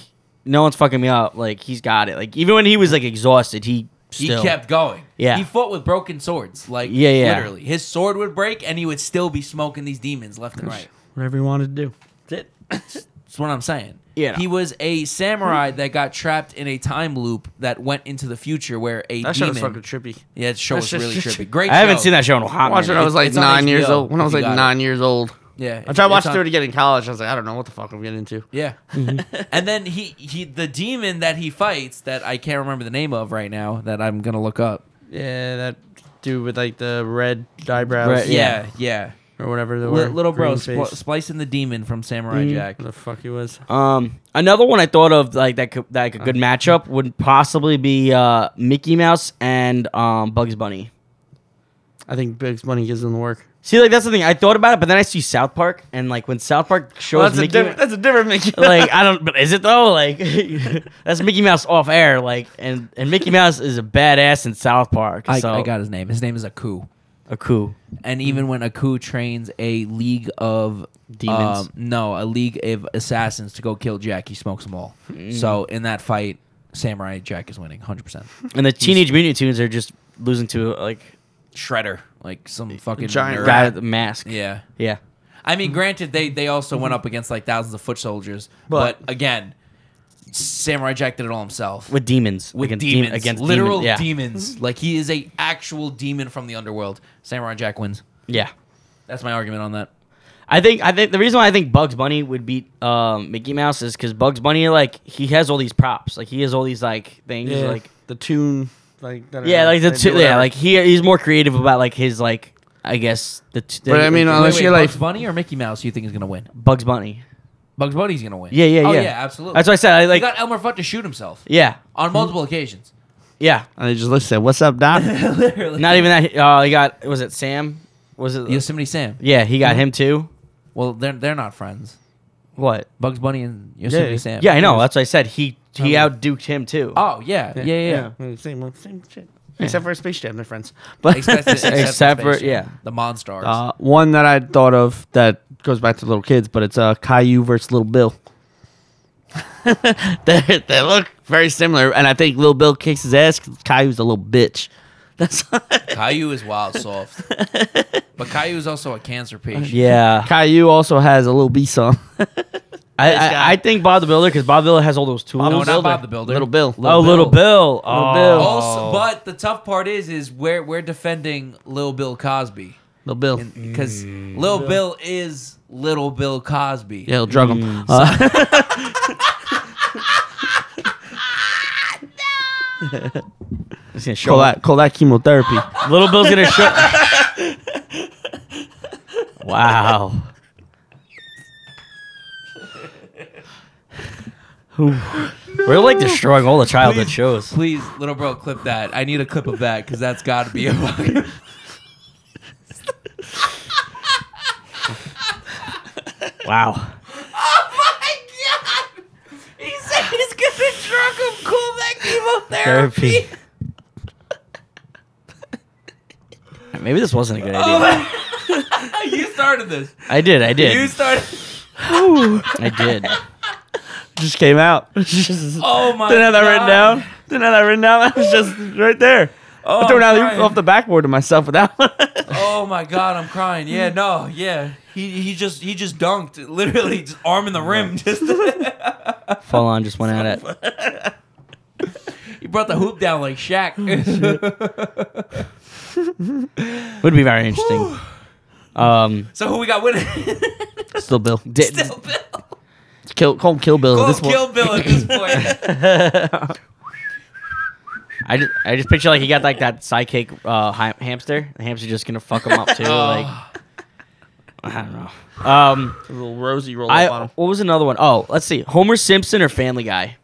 Speaker 1: no one's fucking me up. Like he's got it. Like even when he was like exhausted, he
Speaker 3: He
Speaker 1: still
Speaker 3: kept going.
Speaker 1: Yeah.
Speaker 3: He fought with broken swords. Like,
Speaker 1: Yeah, yeah.
Speaker 3: literally. His sword would break and he would still be smoking these demons left and right.
Speaker 5: Whatever you wanted to do. That's it.
Speaker 3: That's what I'm saying.
Speaker 1: Yeah.
Speaker 3: He was a samurai that got trapped in a time loop that went into the future where a
Speaker 5: That shit was
Speaker 3: demon.
Speaker 5: fucking trippy.
Speaker 3: yeah, that show
Speaker 5: that
Speaker 3: was
Speaker 5: shit-
Speaker 3: really
Speaker 5: shit-
Speaker 3: trippy. Great.
Speaker 1: I haven't
Speaker 3: show.
Speaker 1: seen that show in a hot
Speaker 5: Watched it.
Speaker 1: minute.
Speaker 5: I was like
Speaker 3: It's on
Speaker 5: nine
Speaker 3: HBO,
Speaker 5: years old. When I
Speaker 3: if
Speaker 5: was
Speaker 3: you
Speaker 5: like
Speaker 3: got it.
Speaker 5: nine years old,
Speaker 3: Yeah.
Speaker 5: I tried
Speaker 3: it's
Speaker 5: watching
Speaker 3: on-
Speaker 5: through it again in college. I was like, I don't know what the fuck I'm getting into.
Speaker 3: Yeah.
Speaker 1: Mm-hmm.
Speaker 3: and then he he the demon that he fights that I can't remember the name of right now that I'm gonna look up.
Speaker 5: Yeah, that dude with like the red eyebrows
Speaker 1: Right,
Speaker 3: Yeah,
Speaker 1: Yeah.
Speaker 3: yeah.
Speaker 5: or whatever. The
Speaker 3: Li- little bro
Speaker 5: face.
Speaker 3: spl- splicing the demon from Samurai
Speaker 1: Mm-hmm.
Speaker 3: Jack.
Speaker 5: the fuck he was.
Speaker 1: Um, another one I thought of like that could like a good matchup would possibly be uh Mickey Mouse and um Bugs Bunny.
Speaker 5: I think Bugs Bunny gives him the work.
Speaker 1: See, like that's the thing. I thought about it, but then I see South Park, and like when South Park shows
Speaker 5: Well, that's a
Speaker 1: Mickey,
Speaker 5: different. That's a different Mickey.
Speaker 1: like I don't. But is it though? Like that's Mickey Mouse off air. Like and and Mickey Mouse is a badass in South Park.
Speaker 3: I,
Speaker 1: so
Speaker 3: I got his name. His name is Aku.
Speaker 1: a coup.
Speaker 3: And even when Aku trains a league of
Speaker 1: Demons.
Speaker 3: um, no, a league of assassins to go kill Jack, he smokes them all.
Speaker 1: Hmm.
Speaker 3: So in that fight, Samurai Jack is winning 100%.
Speaker 1: And the Teenage Mutant Tunes are just losing to like
Speaker 3: Shredder, like some fucking
Speaker 5: Giant
Speaker 3: nerd.
Speaker 1: guy with the mask.
Speaker 3: Yeah.
Speaker 1: yeah.
Speaker 3: I mean, granted, they they also
Speaker 1: Hmm.
Speaker 3: went up against like thousands of foot soldiers, but,
Speaker 5: But-
Speaker 3: again, Samurai Jack did it all himself
Speaker 1: with demons.
Speaker 3: with
Speaker 1: against
Speaker 3: demons,
Speaker 1: demon, against
Speaker 3: literal
Speaker 1: demon- yeah.
Speaker 3: demons. Like he is a actual demon from the underworld. Samurai Jack wins.
Speaker 1: Yeah.
Speaker 3: That's my argument on that.
Speaker 1: I think I think the reason why I think Bugs Bunny would beat um, Mickey Mouse is because Bugs Bunny like he has all these props, like he has all these like things,
Speaker 5: yeah,
Speaker 1: like
Speaker 5: the tune, like that
Speaker 1: yeah,
Speaker 5: are-
Speaker 1: like the
Speaker 5: they do
Speaker 1: two, yeah,
Speaker 5: whatever.
Speaker 1: like he he's more creative about like his like I guess the. T-
Speaker 5: But I mean,
Speaker 1: the-
Speaker 5: unless
Speaker 3: wait,
Speaker 5: you're
Speaker 3: wait,
Speaker 5: like
Speaker 3: Bugs Bunny or Mickey Mouse, you think is gonna win?
Speaker 1: Bugs Bunny.
Speaker 3: Bugs Bunny's gonna win.
Speaker 1: Yeah, yeah,
Speaker 3: Oh,
Speaker 1: yeah.
Speaker 3: yeah, absolutely.
Speaker 1: That's what I said. I
Speaker 3: He
Speaker 1: like. Hmm.
Speaker 3: got Elmer Fudd to shoot himself
Speaker 1: yeah,
Speaker 3: on multiple occasions.
Speaker 1: yeah.
Speaker 4: And they just looked said, "What's up, Doc?"
Speaker 3: Literally.
Speaker 1: Not even that. Uh, he got. Was it Sam? Was it?
Speaker 3: Yosemite Sam.
Speaker 1: Yeah, he got him too.
Speaker 3: Well, they're they're not friends.
Speaker 1: What?
Speaker 3: Bugs Bunny and Yosemite Sam.
Speaker 1: Yeah, I know. That's what I said. He he outduked him too.
Speaker 3: Oh yeah, yeah, yeah. yeah.
Speaker 4: Yeah, same, same shit. Except for Space Jam, they're friends. But
Speaker 3: Except, except,
Speaker 1: Except
Speaker 3: for
Speaker 1: for- yeah.
Speaker 3: the Monstars.
Speaker 4: uh, one that I thought of that goes back to little kids, but it's uh, Caillou versus Little Bill. they, they look very similar, and I think Little Bill kicks his ass. 'cause Caillou's a little bitch. That's
Speaker 3: Caillou is wild soft, but Caillou is also a cancer patient.
Speaker 1: Yeah,
Speaker 4: Caillou also has a little B song.
Speaker 1: I, I, I think Bob the Builder because Bob the Builder has all those tools.
Speaker 3: no, Oh, not Bob the Builder.
Speaker 4: Little Bill.
Speaker 1: oh, Little Bill. Oh,
Speaker 4: Bill.
Speaker 3: Also, but the tough part is, is we're we're defending Lil Bill Cosby
Speaker 4: Little Bill.
Speaker 3: because Lil
Speaker 1: Mm.
Speaker 3: Bill is Little Bill Cosby.
Speaker 4: yeah, he'll drug him.
Speaker 3: Mm.
Speaker 4: Uh,
Speaker 1: He's gonna show
Speaker 4: call
Speaker 1: up.
Speaker 4: that call that chemotherapy.
Speaker 1: Little Bill's gonna show. wow. We're like destroying all the childhood shows.
Speaker 3: Please, little bro, clip that. I need a clip of that because that's got to be a fucking.
Speaker 1: Wow.
Speaker 3: He said he's gonna drug him. Cool that
Speaker 1: Therapy. Maybe this wasn't a good idea.
Speaker 3: you started this.
Speaker 1: I did. I
Speaker 3: You
Speaker 1: did.
Speaker 3: started.
Speaker 1: I did.
Speaker 4: Just came out.
Speaker 3: Oh my
Speaker 4: Didn't have that
Speaker 3: god.
Speaker 4: written down. Didn't have that written down. That was just right there.
Speaker 3: Oh,
Speaker 4: I threw an
Speaker 3: I'm
Speaker 4: alley
Speaker 3: crying.
Speaker 4: off the backboard to myself with that one.
Speaker 3: Oh my god, I'm crying. Yeah, no, yeah. He he just he just dunked, literally just arm
Speaker 4: Oh
Speaker 3: in the rim. Just
Speaker 1: Full on just went at it.
Speaker 3: he brought the hoop down like Shaq.
Speaker 4: Oh,
Speaker 1: Would be very interesting. Um,
Speaker 3: so who we got winning?
Speaker 4: Still Bill.
Speaker 1: did,
Speaker 3: Still Bill.
Speaker 4: Kill, call him Kill Bill. at
Speaker 3: Go
Speaker 4: this point.
Speaker 3: kill Bill at this point.
Speaker 1: I just, I just picture like he got like that sidekick uh, ha- hamster. The hamster's just gonna fuck him up too. Like I don't know. Um,
Speaker 4: A little rosy roll
Speaker 1: I
Speaker 4: up on him.
Speaker 1: what was another one? Oh, let's see, Homer Simpson or Family Guy,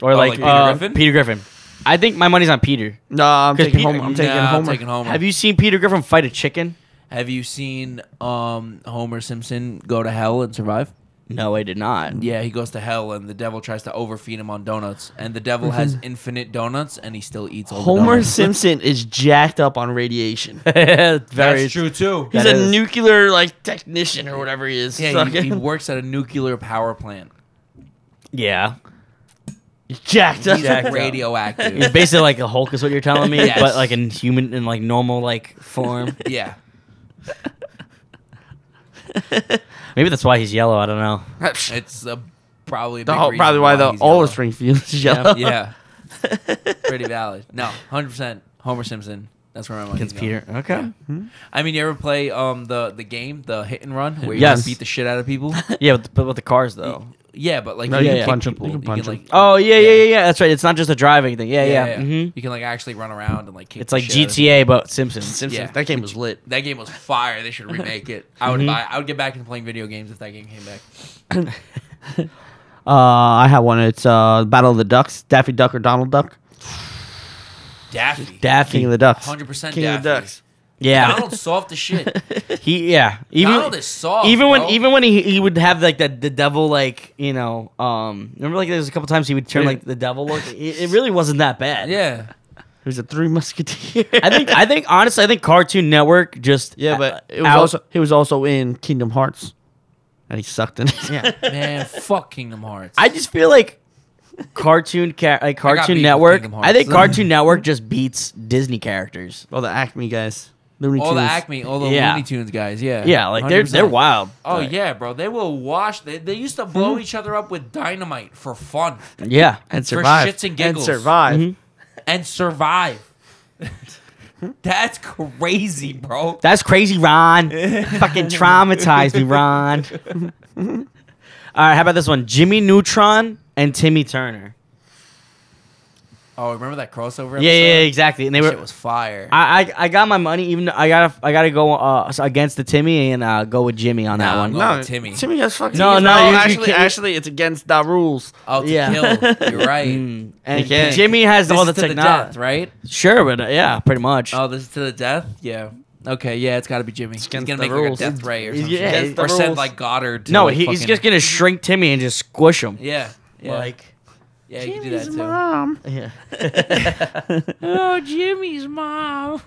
Speaker 1: or like,
Speaker 3: like
Speaker 1: Peter,
Speaker 3: Peter
Speaker 1: Griffin?
Speaker 3: Griffin?
Speaker 1: Peter Griffin. I think my money's on Peter.
Speaker 4: No, I'm
Speaker 1: 'Cause
Speaker 4: taking
Speaker 1: Peter-
Speaker 4: Homer. I'm taking
Speaker 3: Nah, I'm
Speaker 4: Homer.
Speaker 3: taking Homer.
Speaker 1: Have you seen Peter Griffin fight a chicken?
Speaker 3: Have you seen um, Homer Simpson go to hell and survive?
Speaker 1: No, I did not.
Speaker 3: Yeah, he goes to hell and the devil tries to overfeed him on donuts, and the devil has infinite donuts, and he still eats all the
Speaker 4: Homer
Speaker 3: donuts.
Speaker 4: Simpson is jacked up on radiation.
Speaker 1: Very.
Speaker 3: That's true too.
Speaker 4: He's
Speaker 1: That
Speaker 4: a
Speaker 1: is-
Speaker 4: nuclear like technician or whatever he is.
Speaker 3: Yeah, he,
Speaker 4: Fucking-
Speaker 3: he works at a nuclear power plant.
Speaker 1: Yeah.
Speaker 4: he's jacked up.
Speaker 3: He's
Speaker 1: Jacked up.
Speaker 3: radioactive.
Speaker 1: He's basically like a Hulk, is what you're telling me,
Speaker 3: Yes.
Speaker 1: but like in human in like normal like form.
Speaker 3: Yeah.
Speaker 1: Maybe that's why he's yellow. I don't know.
Speaker 3: It's uh, probably a
Speaker 4: The
Speaker 3: big
Speaker 4: whole-
Speaker 3: reason
Speaker 4: probably why the
Speaker 3: he's
Speaker 4: all
Speaker 3: yellow.
Speaker 4: of Springfield is yellow.
Speaker 3: yeah, pretty valid. No, hundred percent Homer Simpson. That's where my mind
Speaker 1: Against Peter. Okay.
Speaker 3: I mean, you ever play um the the game, the hit and run, where you
Speaker 1: Yes.
Speaker 3: just beat the shit out of people?
Speaker 1: Yeah, but, but with the cars though.
Speaker 3: yeah, but like
Speaker 4: No,
Speaker 1: you
Speaker 3: you
Speaker 1: can
Speaker 3: can
Speaker 4: punch 'em.
Speaker 3: people.
Speaker 4: You can punch 'em.
Speaker 3: like,
Speaker 1: Oh yeah, yeah, yeah, yeah. That's right. It's not just a driving thing. Yeah, yeah. hmm
Speaker 3: You can like actually run around and like kick.
Speaker 1: It's
Speaker 3: the
Speaker 1: like
Speaker 3: shit out of
Speaker 1: GTA but Simpsons.
Speaker 4: Simpsons.
Speaker 3: Yeah.
Speaker 4: That game was lit.
Speaker 3: people. That game was fire. They should remake it. I
Speaker 1: Mm-hmm.
Speaker 3: would buy. I would get back into playing video games if that game came back.
Speaker 4: Uh, I have one. It's uh, Battle of the Ducks. Daffy Duck or Donald Duck?
Speaker 3: Daffy.
Speaker 4: King
Speaker 1: Daffy.
Speaker 4: of the Ducks.
Speaker 3: Hundred percent
Speaker 4: King of
Speaker 3: Daffy.
Speaker 4: the Ducks.
Speaker 1: Yeah.
Speaker 3: Donald's soft as shit.
Speaker 1: He yeah.
Speaker 3: Donald is soft.
Speaker 1: even when
Speaker 3: bro.
Speaker 1: even when he, he would have like the, the devil like you know um remember like there's a couple times he would turn like the devil look it, it really wasn't that bad
Speaker 3: yeah.
Speaker 4: Who's a Three Musketeer?
Speaker 1: I think I think honestly I think Cartoon Network just
Speaker 4: Yeah, but it was
Speaker 1: out-
Speaker 4: also he was also in Kingdom Hearts, and he sucked in it.
Speaker 1: yeah
Speaker 3: Man, fuck Kingdom Hearts.
Speaker 1: I just feel like cartoon ca- like
Speaker 3: beat
Speaker 1: Cartoon
Speaker 3: with
Speaker 1: Network
Speaker 3: Kingdom
Speaker 1: I think
Speaker 3: Hearts.
Speaker 1: Cartoon Network just beats Disney characters
Speaker 4: all the Acme guys, Looney
Speaker 3: all
Speaker 4: Tunes.
Speaker 3: the Acme, all the
Speaker 1: Yeah.
Speaker 3: Looney Tunes guys, yeah.
Speaker 1: yeah like they are they're
Speaker 3: 100%.
Speaker 1: wild Hmm?
Speaker 3: Oh
Speaker 1: Like,
Speaker 3: yeah, bro. They will wash. They, they used to blow each other up with dynamite for fun
Speaker 1: yeah
Speaker 4: and
Speaker 3: for
Speaker 4: survive.
Speaker 3: shits and giggles.
Speaker 4: survive.
Speaker 3: and survive. That's crazy, bro.
Speaker 1: That's crazy, Ron. Fucking traumatized me, Ron. All right, how about this one? Jimmy Neutron and Timmy Turner.
Speaker 3: Oh, remember that crossover?
Speaker 1: Yeah, yeah, yeah,
Speaker 3: episode?
Speaker 1: exactly. And they
Speaker 3: That
Speaker 1: were.
Speaker 3: shit was fire.
Speaker 1: I, I I got my money. Even though I gotta I gotta go uh, against the Timmy and uh, go with Jimmy on that
Speaker 3: Nah,
Speaker 1: one.
Speaker 3: I'm going with Oh, Timmy.
Speaker 4: Timmy has fucking.
Speaker 1: No,
Speaker 4: he's
Speaker 1: no,
Speaker 4: not-
Speaker 1: you- you
Speaker 4: actually,
Speaker 1: can't-
Speaker 4: actually, it's against the rules.
Speaker 3: Oh, to
Speaker 1: Yeah.
Speaker 3: kill. You're right.
Speaker 1: Mm. And
Speaker 3: can't-
Speaker 1: Jimmy has
Speaker 3: This
Speaker 1: all
Speaker 3: is
Speaker 1: the
Speaker 3: to the
Speaker 1: technology.
Speaker 3: death, right?
Speaker 1: Sure, but uh, yeah, pretty much.
Speaker 3: Oh, this is to the death. Yeah. Okay. Yeah, it's got to be Jimmy. He's gonna
Speaker 4: against the
Speaker 3: make
Speaker 4: rules.
Speaker 3: like a death ray or
Speaker 1: He's
Speaker 3: something.
Speaker 1: against the
Speaker 3: or send
Speaker 1: rules.
Speaker 3: like Goddard. To
Speaker 1: no,
Speaker 3: like,
Speaker 1: he, he's
Speaker 3: fucking-
Speaker 1: just gonna shrink Timmy and just squish him.
Speaker 3: Yeah. Yeah.
Speaker 1: Like
Speaker 3: yeah, you can do that too.
Speaker 1: yeah.
Speaker 3: Oh, Jimmy's mom.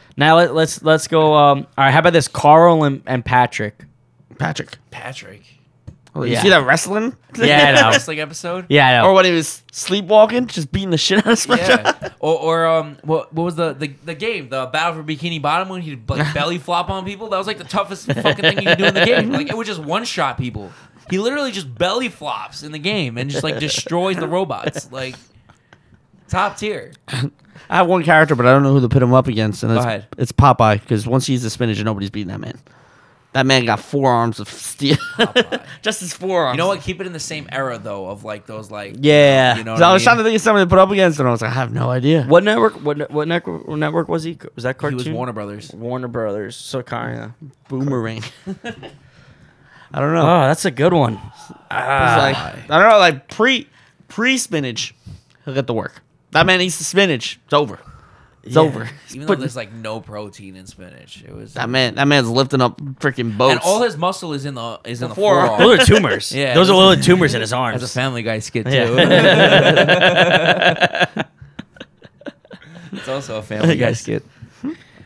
Speaker 1: Now let, let's let's go. Um, all right, how about this? Carl and, and Patrick.
Speaker 4: Patrick.
Speaker 3: Patrick.
Speaker 4: Oh,
Speaker 1: Yeah.
Speaker 4: You see that wrestling?
Speaker 1: Yeah, I know.
Speaker 3: Wrestling episode.
Speaker 1: Yeah, I know.
Speaker 4: or when he was sleepwalking, just beating the shit out of Smash.
Speaker 3: Yeah. or, or um, what, what was the, the the game? The battle for Bikini Bottom when he'd like belly flop on people. That was like the toughest fucking thing you could do in the game. Like it was just one shot people. He literally just belly flops in the game and just like destroys the robots. Like top tier.
Speaker 4: I have one character, but I don't know who to put him up against, and
Speaker 3: Go
Speaker 4: it's,
Speaker 3: ahead.
Speaker 4: it's Popeye because once he's the spinach, nobody's beating that man. That man got four arms of steel, just his forearms.
Speaker 3: You know what? Keep it in the same era though of like those like
Speaker 1: yeah.
Speaker 3: You know
Speaker 4: So I was
Speaker 3: what I
Speaker 4: trying to think of somebody to put up against, and I was like, I have no idea.
Speaker 1: What network? What ne- what network? What network was he? Was that
Speaker 3: mean?
Speaker 1: cartoon?
Speaker 3: He was Warner Brothers.
Speaker 1: Warner Brothers. So kind of.
Speaker 4: Boomerang. I don't know.
Speaker 1: Oh, that's a good one.
Speaker 4: It's
Speaker 1: Ah.
Speaker 4: like I don't know, like pre pre spinach, he'll get the work. That man eats the spinach. It's over. It's over.
Speaker 3: Even though
Speaker 4: But
Speaker 3: there's like no protein in spinach, it was.
Speaker 4: that man, that man's lifting up freaking boats.
Speaker 3: and all his muscle is in the is in the,
Speaker 4: forearm.
Speaker 3: forearm.
Speaker 1: Those are tumors.
Speaker 3: Yeah,
Speaker 1: those are
Speaker 3: those are-
Speaker 1: little tumors in his
Speaker 3: That's a
Speaker 1: arms.
Speaker 3: Family Guy skit too.
Speaker 1: Yeah.
Speaker 3: it's also a Family Guy skit.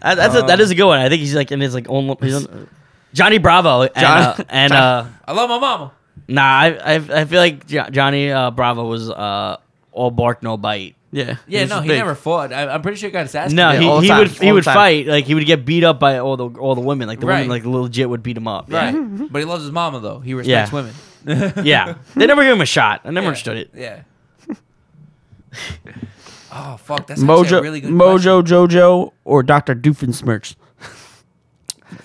Speaker 1: Uh, that's a, that is a good one. I think he's like in his like own. He's on, Johnny Bravo and uh,
Speaker 4: John-
Speaker 1: and uh,
Speaker 3: I love my mama.
Speaker 1: nah, I, I I feel like Jo- Johnny uh, Bravo was uh, all bark no bite.
Speaker 4: yeah,
Speaker 3: Yeah,
Speaker 4: he's
Speaker 3: no, he
Speaker 4: big.
Speaker 3: never fought. I, I'm pretty sure he got his ass.
Speaker 1: No,
Speaker 3: kicked.
Speaker 4: Yeah, all
Speaker 1: he, he
Speaker 4: the time,
Speaker 1: would he
Speaker 4: all
Speaker 1: would
Speaker 4: the time.
Speaker 1: fight like he would get beat up by all the all the women like the women
Speaker 3: Right.
Speaker 1: like legit would beat him up. Yeah.
Speaker 3: right. but he loves his mama though. He respects
Speaker 1: Yeah.
Speaker 3: women.
Speaker 1: Yeah, they never gave him a shot. I never
Speaker 3: Yeah.
Speaker 1: understood it.
Speaker 3: Yeah. oh fuck, that's actually
Speaker 4: Mojo,
Speaker 3: a really good
Speaker 4: Mojo, Jojo, or Doctor Doofenshmirtz.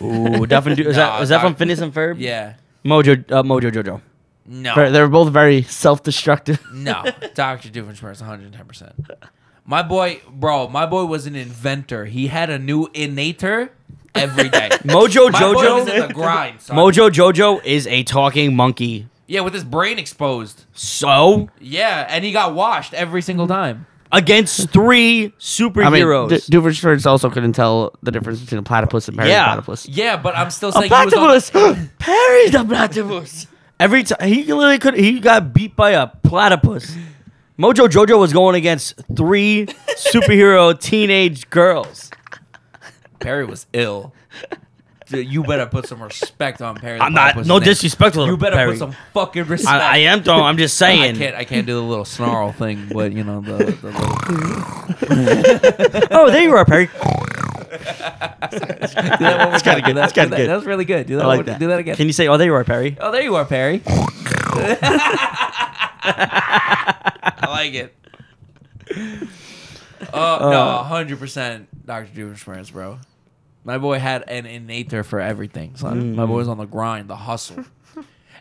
Speaker 1: Ooh, Duff and Do- is that
Speaker 3: Nah,
Speaker 1: is that from
Speaker 3: Doc-
Speaker 1: Phineas and Ferb?
Speaker 3: question. Yeah.
Speaker 1: Mojo uh, Mojo Jojo.
Speaker 3: No.
Speaker 4: Very- They're both very self-destructive.
Speaker 3: No, Doctor Doofenshmirtz, 110. percent My boy, bro, my boy was an inventor. He had a new innator every day.
Speaker 1: Mojo
Speaker 3: my boy was in
Speaker 1: Jojo.
Speaker 3: the grind. son.
Speaker 1: Mojo Jojo is a talking monkey.
Speaker 3: Yeah, with his brain exposed.
Speaker 1: So
Speaker 3: Yeah, and he got washed every single time.
Speaker 1: against three
Speaker 4: I mean,
Speaker 1: superheroes.
Speaker 4: D- Doofenshmirtz also couldn't tell the difference between a platypus and parody
Speaker 1: Yeah.
Speaker 4: platypus.
Speaker 3: Yeah, but I'm still
Speaker 4: A
Speaker 3: saying he was on-
Speaker 4: platypus parried a platypus.
Speaker 1: Every time he literally could, he got beat by a platypus. Mojo Jojo was going against three superhero teenage girls.
Speaker 3: Perry was ill. Dude, you better put some respect on Perry. the
Speaker 1: I'm not
Speaker 3: Platypus'
Speaker 1: no
Speaker 3: name.
Speaker 1: disrespect to
Speaker 3: You better
Speaker 1: Perry.
Speaker 3: put some fucking respect.
Speaker 1: I, I am though. I'm just
Speaker 3: I
Speaker 1: saying.
Speaker 3: can't. I can't do the little snarl thing, but you know the, the little.
Speaker 1: Oh, there you are, Perry.
Speaker 3: Do that one more time.
Speaker 4: kinda good.
Speaker 3: Do that-
Speaker 4: That's kinda
Speaker 3: do that-
Speaker 4: good.
Speaker 3: That was really good. Do that.
Speaker 4: I like
Speaker 3: one-
Speaker 4: that.
Speaker 3: Do that again.
Speaker 1: Can you say, "Oh, there you are, Perry"?
Speaker 3: oh, there you are, Perry. I like it. Oh no, hundred percent, Doctor Doofenshmirtz, bro. My boy had an innator for everything. son. My boy was on the grind, the hustle.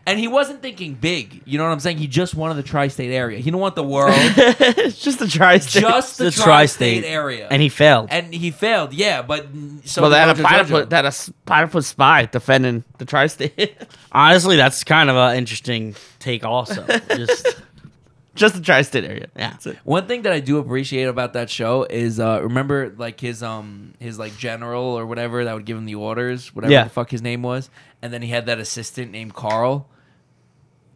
Speaker 3: And he wasn't thinking big. You know what I'm saying? He just wanted the tri-state area. He didn't want the world.
Speaker 4: it's just a tri-state.
Speaker 3: just the,
Speaker 1: The
Speaker 3: tri-state,
Speaker 1: tri-state.
Speaker 3: area.
Speaker 1: And he failed.
Speaker 3: and he failed. Yeah, but so
Speaker 4: well, they had a
Speaker 3: did
Speaker 4: platypus,
Speaker 3: Jojo.
Speaker 4: they had a s- platypus spy defending the tri-state.
Speaker 1: Honestly, that's kind of an interesting take. Also, just
Speaker 4: just the tri-state area.
Speaker 1: yeah.
Speaker 3: One thing that I do appreciate about that show is uh, remember like his um his like general or whatever that would give him the orders, whatever
Speaker 1: Yeah.
Speaker 3: the fuck his name was, and then he had that assistant named Carl.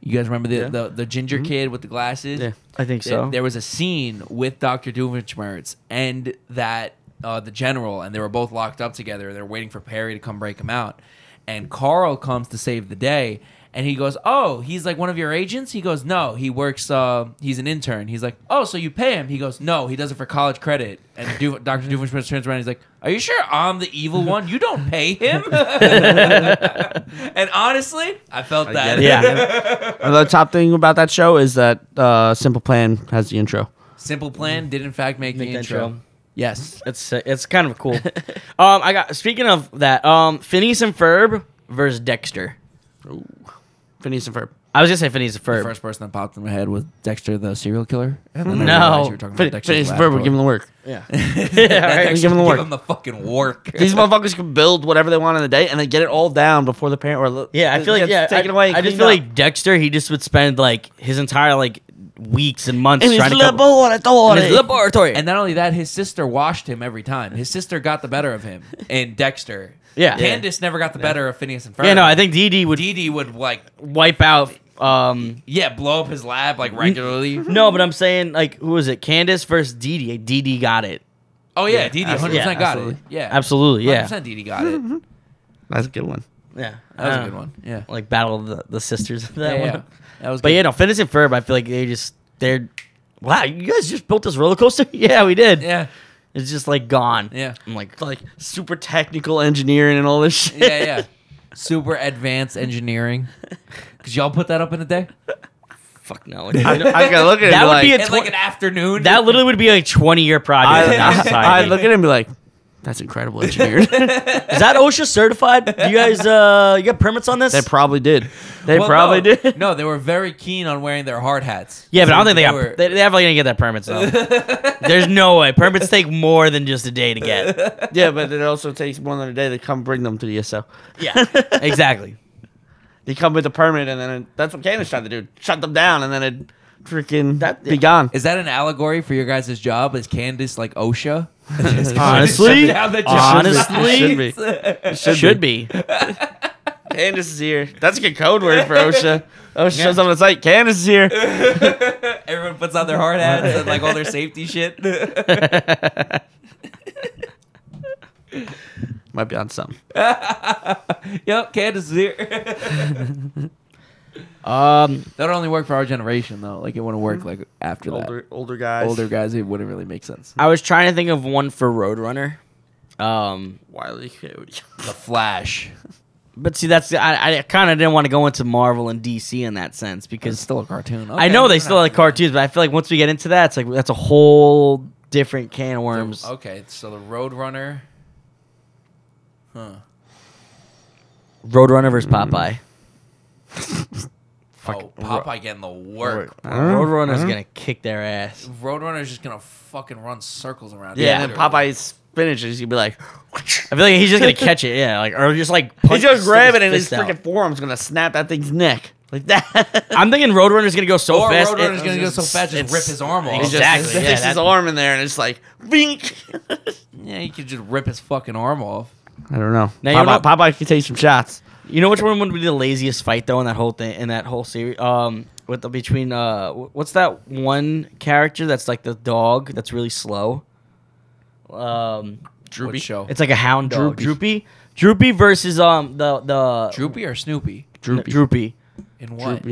Speaker 3: You guys remember the the, the ginger kid with the glasses?
Speaker 4: Yeah.
Speaker 1: I think
Speaker 3: There-
Speaker 1: so.
Speaker 3: There was a scene with Doctor Doofenshmirtz and that uh, the general, and they were both locked up together. They're waiting for Perry to come break him out, and Carl comes to save the day. And he goes, "Oh, he's like one of your agents." He goes, "No, he works. Uh, he's an intern." He's like, "Oh, so you pay him?" He goes, "No, he does it for college credit." And Do- Doctor Doofenshmirtz turns around. He's like, "Are you sure I'm the evil one? You don't pay him." and honestly, I felt that.
Speaker 1: yeah,
Speaker 4: Another Uh, top thing about that show is that uh, Simple Plan has the intro.
Speaker 3: Simple plan did in fact make,
Speaker 1: Make
Speaker 3: the
Speaker 1: that
Speaker 3: intro.
Speaker 1: show.
Speaker 3: Yes.
Speaker 1: it's it's kind of cool. um, I got speaking of that. Um, Phineas and Ferb versus Dexter.
Speaker 4: Phineas and Ferb. I was gonna say Phineas the
Speaker 3: The
Speaker 4: Ferb.
Speaker 3: first person that popped in my head was Dexter, the serial killer. And then I realized
Speaker 4: no,
Speaker 3: you were talking about
Speaker 4: Phin-
Speaker 3: Dexter's
Speaker 4: Phineas the
Speaker 3: lab
Speaker 4: Ferb
Speaker 3: coat.
Speaker 4: would give him the work.
Speaker 1: Yeah.
Speaker 4: yeah,
Speaker 3: That
Speaker 4: right.
Speaker 3: Dexter
Speaker 4: Give him the
Speaker 3: would
Speaker 4: work.
Speaker 3: Give him the fucking work.
Speaker 4: These motherfuckers can build whatever they want in the day, and they get it all down before the parent or li-
Speaker 1: Yeah, I feel like
Speaker 4: gets
Speaker 1: yeah,
Speaker 4: taken
Speaker 1: I,
Speaker 4: away. and
Speaker 1: I just
Speaker 4: cleaned
Speaker 1: feel
Speaker 4: up.
Speaker 1: like Dexter. He just would spend like his entire like weeks and months
Speaker 4: And
Speaker 1: trying
Speaker 4: it's
Speaker 1: to cover-
Speaker 4: little boy, I don't want
Speaker 1: in his
Speaker 4: it.
Speaker 1: laboratory.
Speaker 3: And not only that, his sister washed him every time. His sister got the better of him and Dexter.
Speaker 1: Yeah.
Speaker 3: Candace never got the better of Phineas and Ferb.
Speaker 1: yeah, no, I think Dee Dee would
Speaker 3: Dee Dee would like
Speaker 1: wipe out. Um,
Speaker 3: yeah blow up his lab like regularly.
Speaker 1: no, but I'm saying like who was it? Candace versus Dee Dee. Dee Dee got it.
Speaker 3: Oh yeah, Dee Dee hundred
Speaker 1: Yeah,
Speaker 3: percent got it.
Speaker 1: absolutely.
Speaker 3: Yeah,
Speaker 1: Absolutely, yeah,
Speaker 3: Hundred percent Dee Dee got it.
Speaker 4: That's a good one.
Speaker 1: yeah.
Speaker 3: That was
Speaker 1: Uh,
Speaker 3: a good one. Yeah.
Speaker 1: Like battle of the, the sisters. That
Speaker 3: Yeah,
Speaker 1: one.
Speaker 3: yeah. That was
Speaker 1: But
Speaker 3: good.
Speaker 1: yeah, no, Phineas and Ferb. I feel like they just they're wow. You guys just built this roller coaster. yeah, we did.
Speaker 3: Yeah.
Speaker 1: It's just like gone.
Speaker 3: Yeah.
Speaker 1: I'm like
Speaker 4: Like super technical engineering and all this shit.
Speaker 3: Yeah, yeah. Super advanced engineering. Could y'all put that up in a day?
Speaker 1: fuck no.
Speaker 4: I, I gotta look at it.
Speaker 1: That
Speaker 4: and be
Speaker 1: would
Speaker 4: like,
Speaker 1: be a
Speaker 3: In
Speaker 1: tw-
Speaker 3: like an afternoon.
Speaker 1: that literally would be a 20 year project. in our
Speaker 4: I,
Speaker 1: society.
Speaker 4: I, I look at it and be like, that's incredible engineering.
Speaker 1: Is that OSHA certified? Do you guys uh you got permits on this?
Speaker 4: they probably did. They
Speaker 3: Well,
Speaker 4: probably
Speaker 3: no,
Speaker 4: did.
Speaker 3: No, they were very keen on wearing their hard hats.
Speaker 1: yeah, but I don't think they
Speaker 3: They were-
Speaker 1: got. They, they definitely didn't get that permits though. There's no way permits take more than just a day to get.
Speaker 4: yeah, but it also takes more than a day to come bring them to the ESO.
Speaker 1: Yeah, exactly.
Speaker 4: They come with a permit, and then it, that's what Candace tried to do. Shut them down, and then it freaking
Speaker 1: That-
Speaker 4: be gone.
Speaker 3: Is that an allegory for your guys' job? Is Candace like OSHA?
Speaker 1: Honestly,
Speaker 3: Now that you-
Speaker 1: honestly,
Speaker 4: should be.
Speaker 1: should, be.
Speaker 4: Candace is here. That's a good code word for OSHA. OSHA shows up on the site. Candace is here.
Speaker 3: Everyone puts on their hard hats and like all their safety shit.
Speaker 4: Might be on something.
Speaker 3: yep, Candace is here.
Speaker 1: Um, Mm-hmm.
Speaker 3: that would only work for our generation though. Like it wouldn't work like after
Speaker 4: Older, older guys.
Speaker 3: that. Older guys, it wouldn't really make sense.
Speaker 1: I was trying to think of one for Roadrunner. Um,
Speaker 4: Wiley Coyote.
Speaker 3: The Flash.
Speaker 1: but see, that's I, I kind of didn't want to go into Marvel and DC in that sense because
Speaker 3: It's still a cartoon.
Speaker 1: I know they still like cartoons, but I feel like once we get into that, it's like that's a whole different can of worms.
Speaker 3: Okay, so the Roadrunner. Huh.
Speaker 1: Roadrunner versus Popeye.
Speaker 3: Oh, Popeye getting the work.
Speaker 1: Uh,
Speaker 4: Mm-hmm.
Speaker 1: Roadrunner's gonna kick their ass.
Speaker 3: Roadrunner's just gonna fucking run circles around.
Speaker 4: Yeah,
Speaker 3: you,
Speaker 4: and then
Speaker 3: literally.
Speaker 4: Popeye's finished. He's gonna be like,
Speaker 1: I feel like he's just gonna catch it, yeah, like or just like
Speaker 4: he's
Speaker 1: punch,
Speaker 4: gonna
Speaker 1: stick
Speaker 4: grab it, and his
Speaker 1: fist out.
Speaker 4: freaking forearm's gonna snap that thing's neck like that.
Speaker 1: I'm thinking Roadrunner's gonna go so
Speaker 3: Or
Speaker 1: fast.
Speaker 3: Roadrunner's
Speaker 1: it-
Speaker 3: gonna go so fast, just
Speaker 1: it's-
Speaker 3: rip his arm off.
Speaker 4: He just
Speaker 1: Exactly. yeah,
Speaker 4: sticks his
Speaker 1: that-
Speaker 4: arm in there, and it's like, bink.
Speaker 3: Yeah, he could just rip his fucking arm off.
Speaker 4: I don't know.
Speaker 1: Now, you
Speaker 4: Popeye,
Speaker 1: know-
Speaker 4: Popeye can take some shots.
Speaker 1: You know which one would be the laziest fight though in that whole thing in that whole series? Um, with the between uh, wh- what's that one character that's like the dog that's really slow? Um,
Speaker 3: Droopy show.
Speaker 1: it's like a hound dog.
Speaker 4: Droopy.
Speaker 1: Droopy. Droopy versus um the the
Speaker 3: Droopy or Snoopy?
Speaker 1: Droopy. Droopy.
Speaker 3: In what?